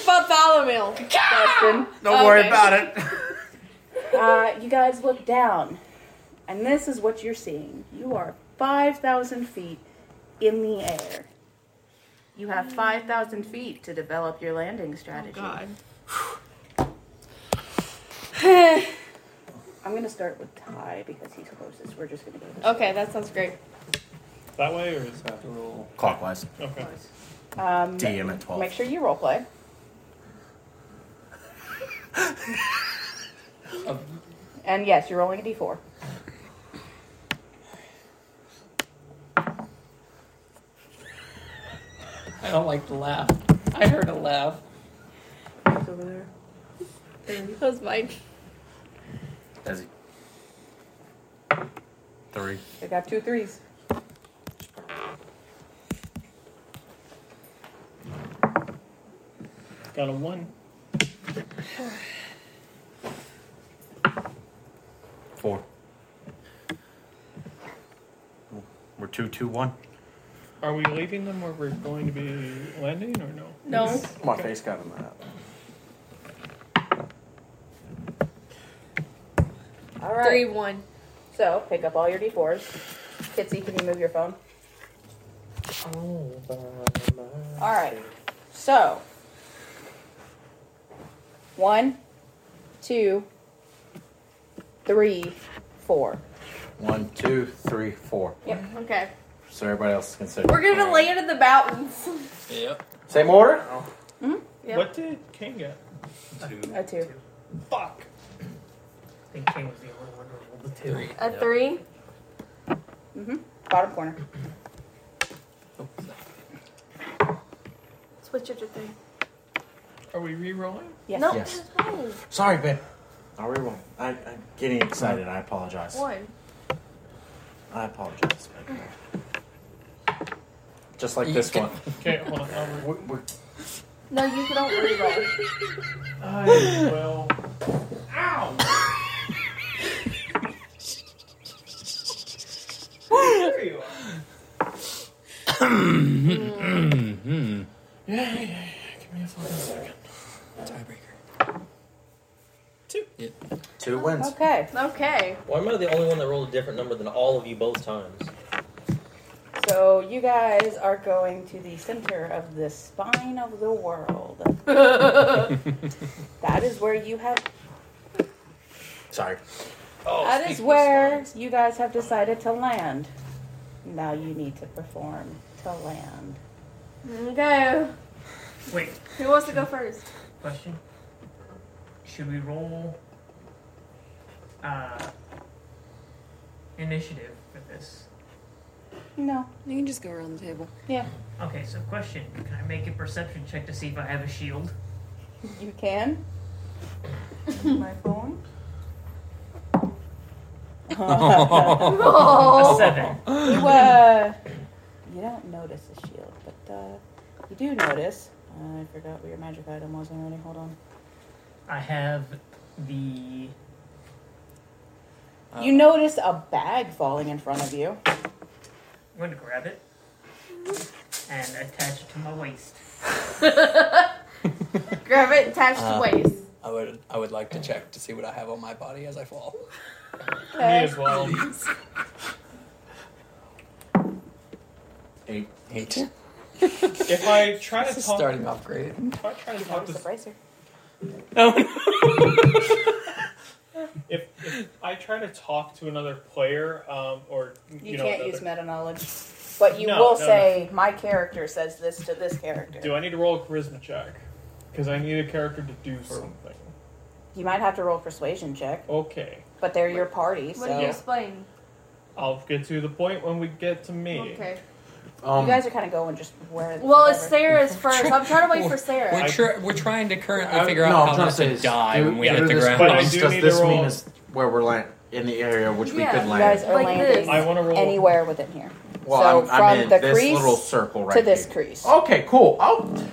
Speaker 6: Bartholomew?
Speaker 1: Preston,
Speaker 3: Don't worry
Speaker 6: Okay.
Speaker 3: about it.
Speaker 1: Uh, you guys look down, and this is what you're seeing. You are 5,000 feet in the air. You have 5,000 feet to develop your landing strategy. <sighs> I'm going to start with Ty because he's closest. We're just going to go this
Speaker 6: Okay, that sounds great.
Speaker 2: That way, or is that?
Speaker 5: Have to roll.
Speaker 3: Clockwise.
Speaker 2: Okay.
Speaker 1: Um,
Speaker 3: DM at 12.
Speaker 1: make sure you roleplay.
Speaker 5: Oh.
Speaker 1: and yes, you're rolling a d4.
Speaker 5: I don't like to laugh. I heard a laugh.
Speaker 7: It's over there.
Speaker 6: That was mine.
Speaker 3: Desi. Three.
Speaker 1: They got two threes.
Speaker 2: Got a one.
Speaker 3: Four. We're two, two, one.
Speaker 2: Are we leaving them where we're going to be landing or no?
Speaker 6: No.
Speaker 3: My face got in that.
Speaker 1: All right.
Speaker 6: Three one.
Speaker 1: So pick up all your d4s. Kitsy, can you move your phone? All right. So one, two, three, four.
Speaker 3: One, two, three, four.
Speaker 6: Okay.
Speaker 3: So everybody else can sit.
Speaker 6: We're gonna Oh, land in the mountains.
Speaker 5: Yep.
Speaker 3: Same order?
Speaker 6: Yep.
Speaker 2: What did King get?
Speaker 1: A Oh, two.
Speaker 2: Fuck.
Speaker 4: I think King was the only one who rolled the two.
Speaker 5: Three.
Speaker 6: A
Speaker 5: Yep.
Speaker 6: three.
Speaker 1: Bottom corner.
Speaker 6: Switch it to three.
Speaker 2: Are we re-rolling?
Speaker 1: Yes.
Speaker 6: No.
Speaker 3: Yes.
Speaker 6: no.
Speaker 3: Sorry, babe. I'll rewind. I, I'm getting excited. I apologize.
Speaker 6: One.
Speaker 3: I apologize. babe. Just like
Speaker 5: You
Speaker 3: this
Speaker 5: can-
Speaker 3: one.
Speaker 2: Okay, hold on. I'll re-
Speaker 3: We- we-
Speaker 6: No, you don't reroll.
Speaker 2: I will. Ow! there you are.
Speaker 5: Mm-hmm.
Speaker 2: Yeah, yeah, yeah. Give me a fucking second.
Speaker 5: Tiebreaker.
Speaker 3: Two wins.
Speaker 1: Okay.
Speaker 6: Okay.
Speaker 9: Why am I the only one that rolled a different number than all of you both times?
Speaker 1: So you guys are going to the center of the spine of
Speaker 6: <laughs>
Speaker 1: the world. that is where you have
Speaker 3: Sorry.
Speaker 9: Oh,
Speaker 1: That is
Speaker 9: speaking of
Speaker 1: where
Speaker 9: slimes.
Speaker 1: you guys have decided to land. Now you need to perform to land.
Speaker 6: Okay.
Speaker 4: Wait,
Speaker 6: Who wants to go first?
Speaker 4: question. Should we roll uh, initiative for this?
Speaker 1: No.
Speaker 7: You can just go around the table.
Speaker 4: Okay, so question. Can I make a perception check to see if I have a shield?
Speaker 1: You can. <laughs> My phone.
Speaker 4: A
Speaker 1: you,
Speaker 6: Oh.
Speaker 4: seven.
Speaker 1: uh, you don't notice the shield, but uh, you do notice. Uh, I forgot what your magic item was already. Hold on.
Speaker 4: I have the.
Speaker 2: Oh.
Speaker 1: You notice a bag falling in front of you.
Speaker 4: I'm going to grab it and attach it to my waist.
Speaker 6: Grab it, attach to
Speaker 5: Uh,
Speaker 6: waist.
Speaker 5: I would I would like to check to see what I have on my body as I fall.
Speaker 2: Me as well.
Speaker 3: Eight.
Speaker 5: Eight.
Speaker 2: If I try to
Speaker 5: This is
Speaker 2: talk,
Speaker 5: starting off great.
Speaker 2: if I try to talk
Speaker 1: Notice
Speaker 2: to
Speaker 1: the bracer.
Speaker 5: Oh
Speaker 2: if, if I try to talk to another player, um, or you,
Speaker 1: You,
Speaker 2: know,
Speaker 1: can't
Speaker 2: another-
Speaker 1: use meta knowledge, but you
Speaker 2: No,
Speaker 1: will
Speaker 2: no, no.
Speaker 1: say my character says this to this character.
Speaker 2: do I need to roll a charisma check? Because I need a character to do something.
Speaker 1: You might have to roll persuasion check,
Speaker 2: Okay,
Speaker 1: but they're your party,
Speaker 6: What do you
Speaker 1: so
Speaker 6: explain?
Speaker 2: I'll get to the point when we get to me.
Speaker 6: Okay.
Speaker 3: Um,
Speaker 1: you guys are kind of going just where.
Speaker 6: Well, it's
Speaker 1: whatever.
Speaker 6: Sarah's first. I'm trying to wait for
Speaker 5: We're,
Speaker 6: Sarah.
Speaker 2: I-
Speaker 5: tr- we're trying to currently
Speaker 3: I-
Speaker 5: figure
Speaker 3: no, I'm
Speaker 5: out how
Speaker 3: trying
Speaker 5: not
Speaker 3: say
Speaker 5: to
Speaker 3: is,
Speaker 5: die
Speaker 3: do-
Speaker 5: when we
Speaker 3: do
Speaker 5: hit the
Speaker 3: this
Speaker 5: ground.
Speaker 2: But I
Speaker 3: place,
Speaker 2: do
Speaker 3: does
Speaker 2: need
Speaker 3: this
Speaker 2: to
Speaker 3: mean
Speaker 2: roll-
Speaker 3: is where we're land in the area which
Speaker 6: Yeah,
Speaker 3: we could
Speaker 6: you
Speaker 1: You
Speaker 3: land?
Speaker 1: guys are
Speaker 6: Like
Speaker 1: landing
Speaker 6: this.
Speaker 2: I want to roll.
Speaker 1: anywhere within here.
Speaker 3: well,
Speaker 1: so
Speaker 3: I'm,
Speaker 1: from
Speaker 3: I'm in
Speaker 1: the
Speaker 3: this
Speaker 1: crease
Speaker 3: little circle right
Speaker 1: to this
Speaker 3: here.
Speaker 1: crease.
Speaker 3: Okay, cool. Oh,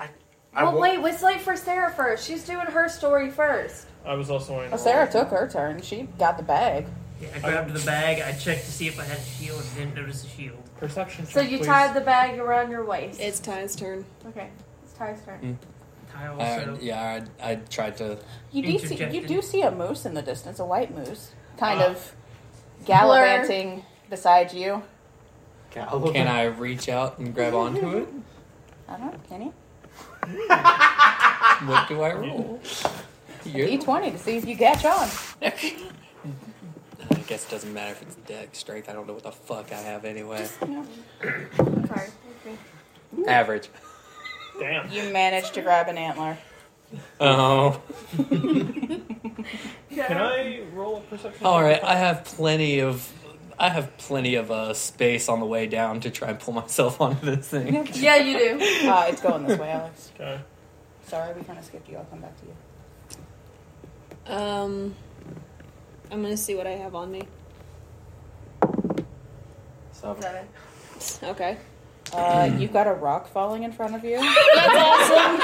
Speaker 3: I, I
Speaker 6: Well,
Speaker 3: will-
Speaker 6: wait, let's wait for Sarah first. She's doing her story first.
Speaker 2: I was also wanting to
Speaker 7: Oh,
Speaker 1: Well,
Speaker 2: roll.
Speaker 1: Oh, Sarah took her turn. She got the bag.
Speaker 4: Yeah, I grabbed the bag, I checked to see if I had a shield, and didn't notice a shield.
Speaker 2: perception.
Speaker 6: So
Speaker 2: check,
Speaker 6: you
Speaker 2: please.
Speaker 6: tied the bag around your waist.
Speaker 7: It's Ty's turn.
Speaker 6: okay. It's Ty's turn.
Speaker 4: Ty also.
Speaker 5: I, Uh, yeah, I, I tried to.
Speaker 1: You do see you
Speaker 4: Interjected.
Speaker 1: do see a moose in the distance, a white moose, kind
Speaker 2: Ah.
Speaker 1: of gallivanting Uh, beside you.
Speaker 5: Can I reach out and
Speaker 6: <laughs>
Speaker 5: grab onto it?
Speaker 1: I don't know, can you?
Speaker 5: What do I roll? You're the
Speaker 1: D20 E to see if you catch on.
Speaker 5: I guess it doesn't matter if it's deck strength. I don't know what the fuck I have anyway.
Speaker 6: Sorry.
Speaker 5: Average.
Speaker 2: Damn.
Speaker 1: You managed to grab an antler.
Speaker 5: <laughs> Oh.
Speaker 2: Can I roll a perception?
Speaker 5: All
Speaker 2: check?
Speaker 5: right. I have plenty of. I have plenty of uh, space on the way down to try and pull myself <laughs> onto this thing.
Speaker 6: Yeah, you do.
Speaker 1: Uh, it's going this way, Alex.
Speaker 2: Okay.
Speaker 1: Sorry, we kind of skipped you. I'll come back to you.
Speaker 7: Um, I'm gonna see what I have on me.
Speaker 5: So
Speaker 7: Okay.
Speaker 1: Uh,
Speaker 3: <clears throat>
Speaker 1: you've got a rock falling in front of you.
Speaker 7: That's awesome.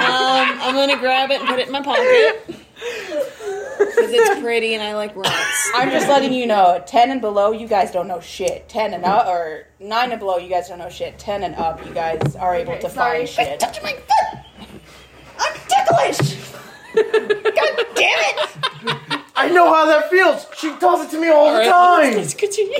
Speaker 7: Um, I'm gonna grab it and put it in my pocket because it's pretty and I like rocks.
Speaker 1: I'm just letting you know, 10 and below, you guys don't know shit. 10 and up, or 9 and below, you guys don't know shit. 10 and up, you guys are able
Speaker 6: Okay,
Speaker 1: to
Speaker 6: sorry.
Speaker 1: find shit.
Speaker 7: Touching my foot. I'm ticklish. God damn it!
Speaker 3: I know how that feels. She does it to me all, the time.
Speaker 7: continue.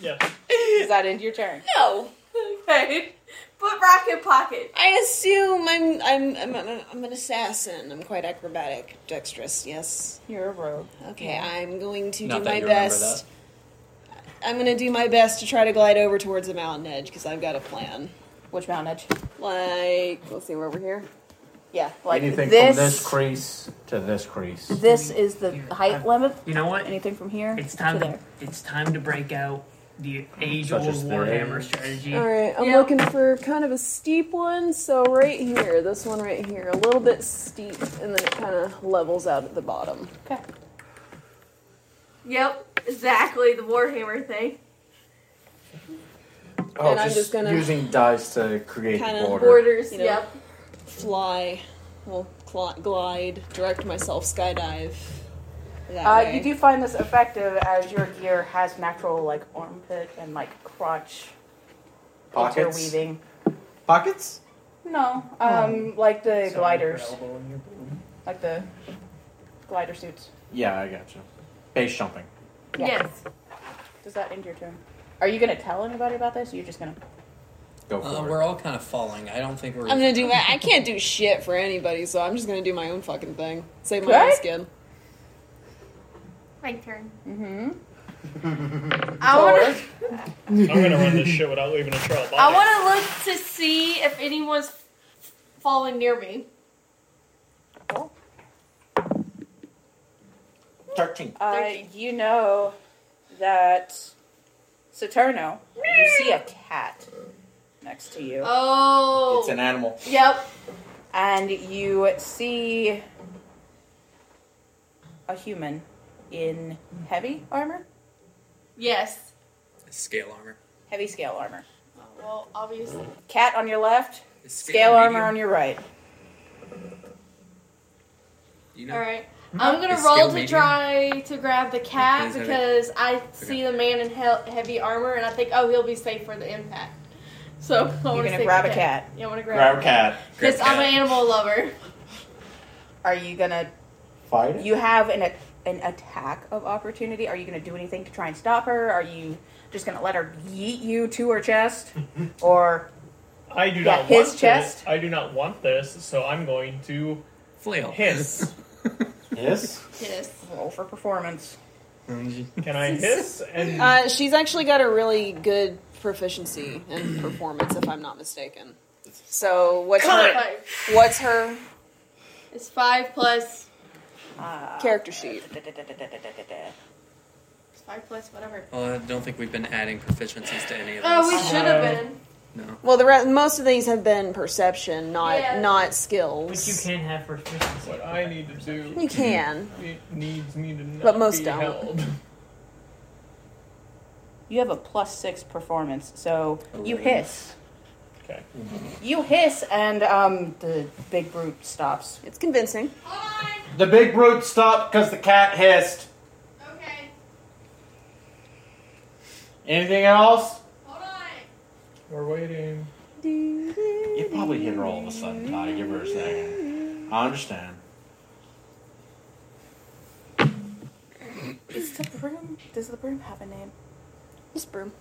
Speaker 2: Yeah.
Speaker 1: Is that into your turn?
Speaker 7: No,
Speaker 6: <laughs> Okay. Put rock in pocket.
Speaker 7: I assume I'm I'm I'm, I'm, I'm an assassin. I'm quite acrobatic, dexterous. Yes.
Speaker 1: You're a rogue.
Speaker 7: Okay, I'm going to
Speaker 5: Not
Speaker 7: do
Speaker 5: that
Speaker 7: my
Speaker 5: you remember
Speaker 7: best. I'm gonna do my best to try to glide over towards the mountain edge because I've got a plan.
Speaker 1: Which mountain edge?
Speaker 7: Like, let's see, we're over here.
Speaker 1: Yeah, like
Speaker 3: Anything
Speaker 1: this.
Speaker 3: from this crease to this crease.
Speaker 1: this is the height limit.
Speaker 4: You know what?
Speaker 1: Anything from here
Speaker 4: It's
Speaker 1: to
Speaker 4: time.
Speaker 1: there.
Speaker 4: To, it's time to break out the age-old
Speaker 3: Such as there
Speaker 4: warhammer
Speaker 3: is.
Speaker 4: strategy.
Speaker 7: All right, I'm
Speaker 6: Yeah.
Speaker 7: looking for kind of a steep one. So right here, this one right here, a little bit steep, and then it kind of levels out at the bottom.
Speaker 1: Okay.
Speaker 6: Yep, exactly the Warhammer thing.
Speaker 7: Oh, And I'm just just gonna-
Speaker 3: using dice to create
Speaker 7: Kinda
Speaker 3: order.
Speaker 6: Borders.
Speaker 7: You know.
Speaker 6: Yep.
Speaker 7: Fly, well, cl- glide, direct myself, skydive. That
Speaker 1: Uh,
Speaker 7: way.
Speaker 1: you do find this effective as your gear has natural like armpit and like crotch
Speaker 3: Pockets?
Speaker 1: interweaving.
Speaker 3: Pockets?
Speaker 1: No, um, like the
Speaker 2: Sorry for
Speaker 1: gliders,
Speaker 2: elbowing your boom.
Speaker 1: like the glider suits.
Speaker 3: Yeah, I got you. Base jumping.
Speaker 1: Yeah.
Speaker 6: Yes.
Speaker 1: Does that end your turn? Are you gonna tell anybody about this? Or you're just gonna.
Speaker 3: Go for
Speaker 5: Uh,
Speaker 3: it.
Speaker 5: we're all kind of falling. I don't think we're.
Speaker 7: I'm gonna do my. I can't do shit for anybody, so I'm just gonna do my own fucking thing. Save my own
Speaker 1: Good.
Speaker 7: skin.
Speaker 6: My turn.
Speaker 1: Mm-hmm.
Speaker 6: I want
Speaker 1: <laughs>
Speaker 6: to.
Speaker 2: I'm gonna run this shit without leaving a trail. of
Speaker 6: I
Speaker 2: bodies.
Speaker 6: want to look to see if anyone's fallen near me.
Speaker 3: Thirteen.
Speaker 1: Uh,
Speaker 6: Thirteen.
Speaker 1: you know that Saturno, you see a cat next to you,
Speaker 6: Oh.
Speaker 3: It's an animal.
Speaker 6: Yep.
Speaker 1: and you see a human in heavy armor,
Speaker 6: Yes.
Speaker 5: <laughs> scale armor.
Speaker 1: heavy scale armor.
Speaker 6: Oh, well, obviously.
Speaker 1: Cat on your left,
Speaker 5: Is
Speaker 1: scale armor
Speaker 5: medium?
Speaker 1: on your right.
Speaker 5: You know,
Speaker 6: All right.
Speaker 3: Mm-hmm.
Speaker 6: I'm gonna
Speaker 5: Is
Speaker 6: roll
Speaker 5: scale
Speaker 6: to
Speaker 5: medium?
Speaker 6: try to grab the cat
Speaker 5: He's heavy.
Speaker 6: because I see the man in he- heavy armor and I think, oh, he'll be safe for the impact. So I
Speaker 1: You're
Speaker 6: want
Speaker 1: gonna grab a cat.
Speaker 6: Yeah, I want to grab,
Speaker 3: Grab a cat.
Speaker 5: Grab
Speaker 6: Because I'm
Speaker 5: cat.
Speaker 6: an animal lover.
Speaker 1: Are you gonna?
Speaker 3: Fight it.
Speaker 1: You have an an attack of opportunity. Are you gonna do anything to try and stop her? Are you just gonna let her yeet you to her chest, or?
Speaker 2: I do
Speaker 1: Yeah,
Speaker 2: not
Speaker 1: his
Speaker 2: want
Speaker 1: chest.
Speaker 2: This. I do not want this, so I'm going to
Speaker 5: Flail. <laughs>
Speaker 2: hiss.
Speaker 3: Yes.
Speaker 6: Yes.
Speaker 1: Roll for performance.
Speaker 2: Can I hiss? And
Speaker 7: Uh, she's actually got a really good proficiency in performance, if I'm not mistaken. So what's her
Speaker 6: Five.
Speaker 7: what's her
Speaker 6: It's five plus.
Speaker 1: Uh,
Speaker 7: character sheet?
Speaker 6: It's five plus whatever.
Speaker 5: Oh, I don't think we've been adding proficiencies to any of
Speaker 6: Oh, we
Speaker 5: these.
Speaker 6: should have been.
Speaker 5: No.
Speaker 7: Well, the re- most of these have been perception, not
Speaker 6: Yeah.
Speaker 7: not
Speaker 4: But you
Speaker 7: skills.
Speaker 4: can have proficiency.
Speaker 2: what I need to do
Speaker 7: You can.
Speaker 2: it needs me to not
Speaker 7: But most
Speaker 2: be
Speaker 7: don't.
Speaker 2: held.
Speaker 1: You have a plus six performance, so you
Speaker 5: Ooh.
Speaker 1: hiss.
Speaker 2: Okay.
Speaker 1: You hiss, and um, the big brute stops.
Speaker 7: It's convincing.
Speaker 6: Hold
Speaker 3: The big brute stopped because the cat hissed.
Speaker 6: on. Okay.
Speaker 3: Anything else?
Speaker 6: Hold on.
Speaker 2: We're waiting.
Speaker 3: You probably hit her all of a sudden, Ty. Give her a second. I understand.
Speaker 1: Is the broom? Does the broom have a name?
Speaker 7: Just broom.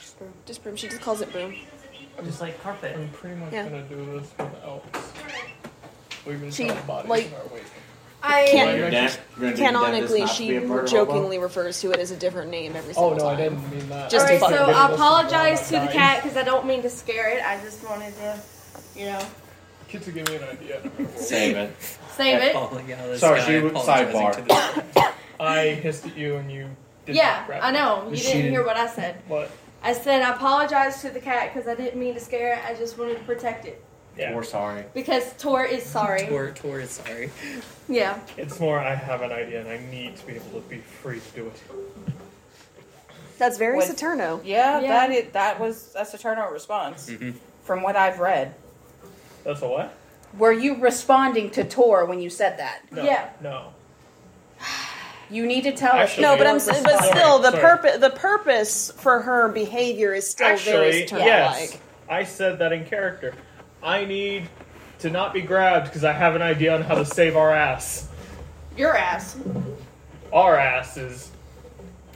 Speaker 1: Just broom.
Speaker 7: Just broom. She just calls it broom.
Speaker 4: Just like carpet.
Speaker 2: I'm pretty much
Speaker 7: Yeah.
Speaker 2: gonna do this without leaving
Speaker 7: She,
Speaker 2: trail of bodies
Speaker 7: like-
Speaker 2: in our wake.
Speaker 6: I
Speaker 7: Can't-
Speaker 3: You're
Speaker 2: Like,
Speaker 3: dead- you're gonna do dead this
Speaker 7: Canonically,
Speaker 3: not to be
Speaker 7: she
Speaker 3: a murder
Speaker 7: jokingly refers to it as a different name every single
Speaker 2: Oh no, I
Speaker 7: time.
Speaker 2: didn't mean that.
Speaker 7: Just
Speaker 6: All right,
Speaker 7: fuck
Speaker 6: so
Speaker 7: with
Speaker 6: I apologize to the cat because I don't mean to scare it. I just wanted to, you know,
Speaker 2: Kids will give me an idea.
Speaker 3: hobo? Save it.
Speaker 6: save it.
Speaker 5: Falling out of the
Speaker 3: Sorry,
Speaker 5: sky,
Speaker 3: she would-
Speaker 5: apologizing
Speaker 3: sidebar.
Speaker 5: to the-
Speaker 2: I hissed at you and you did
Speaker 6: yeah,
Speaker 2: not grab
Speaker 6: I know.
Speaker 5: But
Speaker 6: You
Speaker 5: she
Speaker 6: didn't hear
Speaker 5: didn't-
Speaker 6: what I said.
Speaker 2: it. What?
Speaker 6: I said I apologize to the cat because I didn't mean to scare it. I just wanted to protect it
Speaker 2: Yeah.
Speaker 5: We're sorry.
Speaker 6: because Tor is sorry.
Speaker 4: <laughs> Tor, Tor is sorry.
Speaker 6: Yeah.
Speaker 2: It's more I have an idea and I need to be able to be free to do it.
Speaker 7: That's very
Speaker 1: Was-
Speaker 7: Saturno.
Speaker 1: Yeah,
Speaker 6: Yeah.
Speaker 1: that it, that was that's a Saturno response from what I've read.
Speaker 2: That's a what?
Speaker 1: Were you responding to Tor when you said that?
Speaker 2: No,
Speaker 6: Yeah.
Speaker 2: No.
Speaker 1: You need to tell us.
Speaker 2: Actually,
Speaker 7: No, but
Speaker 2: Your
Speaker 7: I'm s- but
Speaker 2: response.
Speaker 7: still the
Speaker 2: Sorry.
Speaker 7: purpose the purpose for her behavior is still very
Speaker 2: Actually,
Speaker 7: Saturno like.
Speaker 2: yes. I said that in character. I need to not be grabbed because I have an idea on how to save our ass.
Speaker 6: Your ass.
Speaker 2: Our ass is.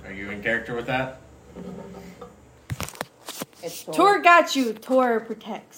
Speaker 5: Are you in character with that?
Speaker 1: It's
Speaker 6: Tor got you. Tor protects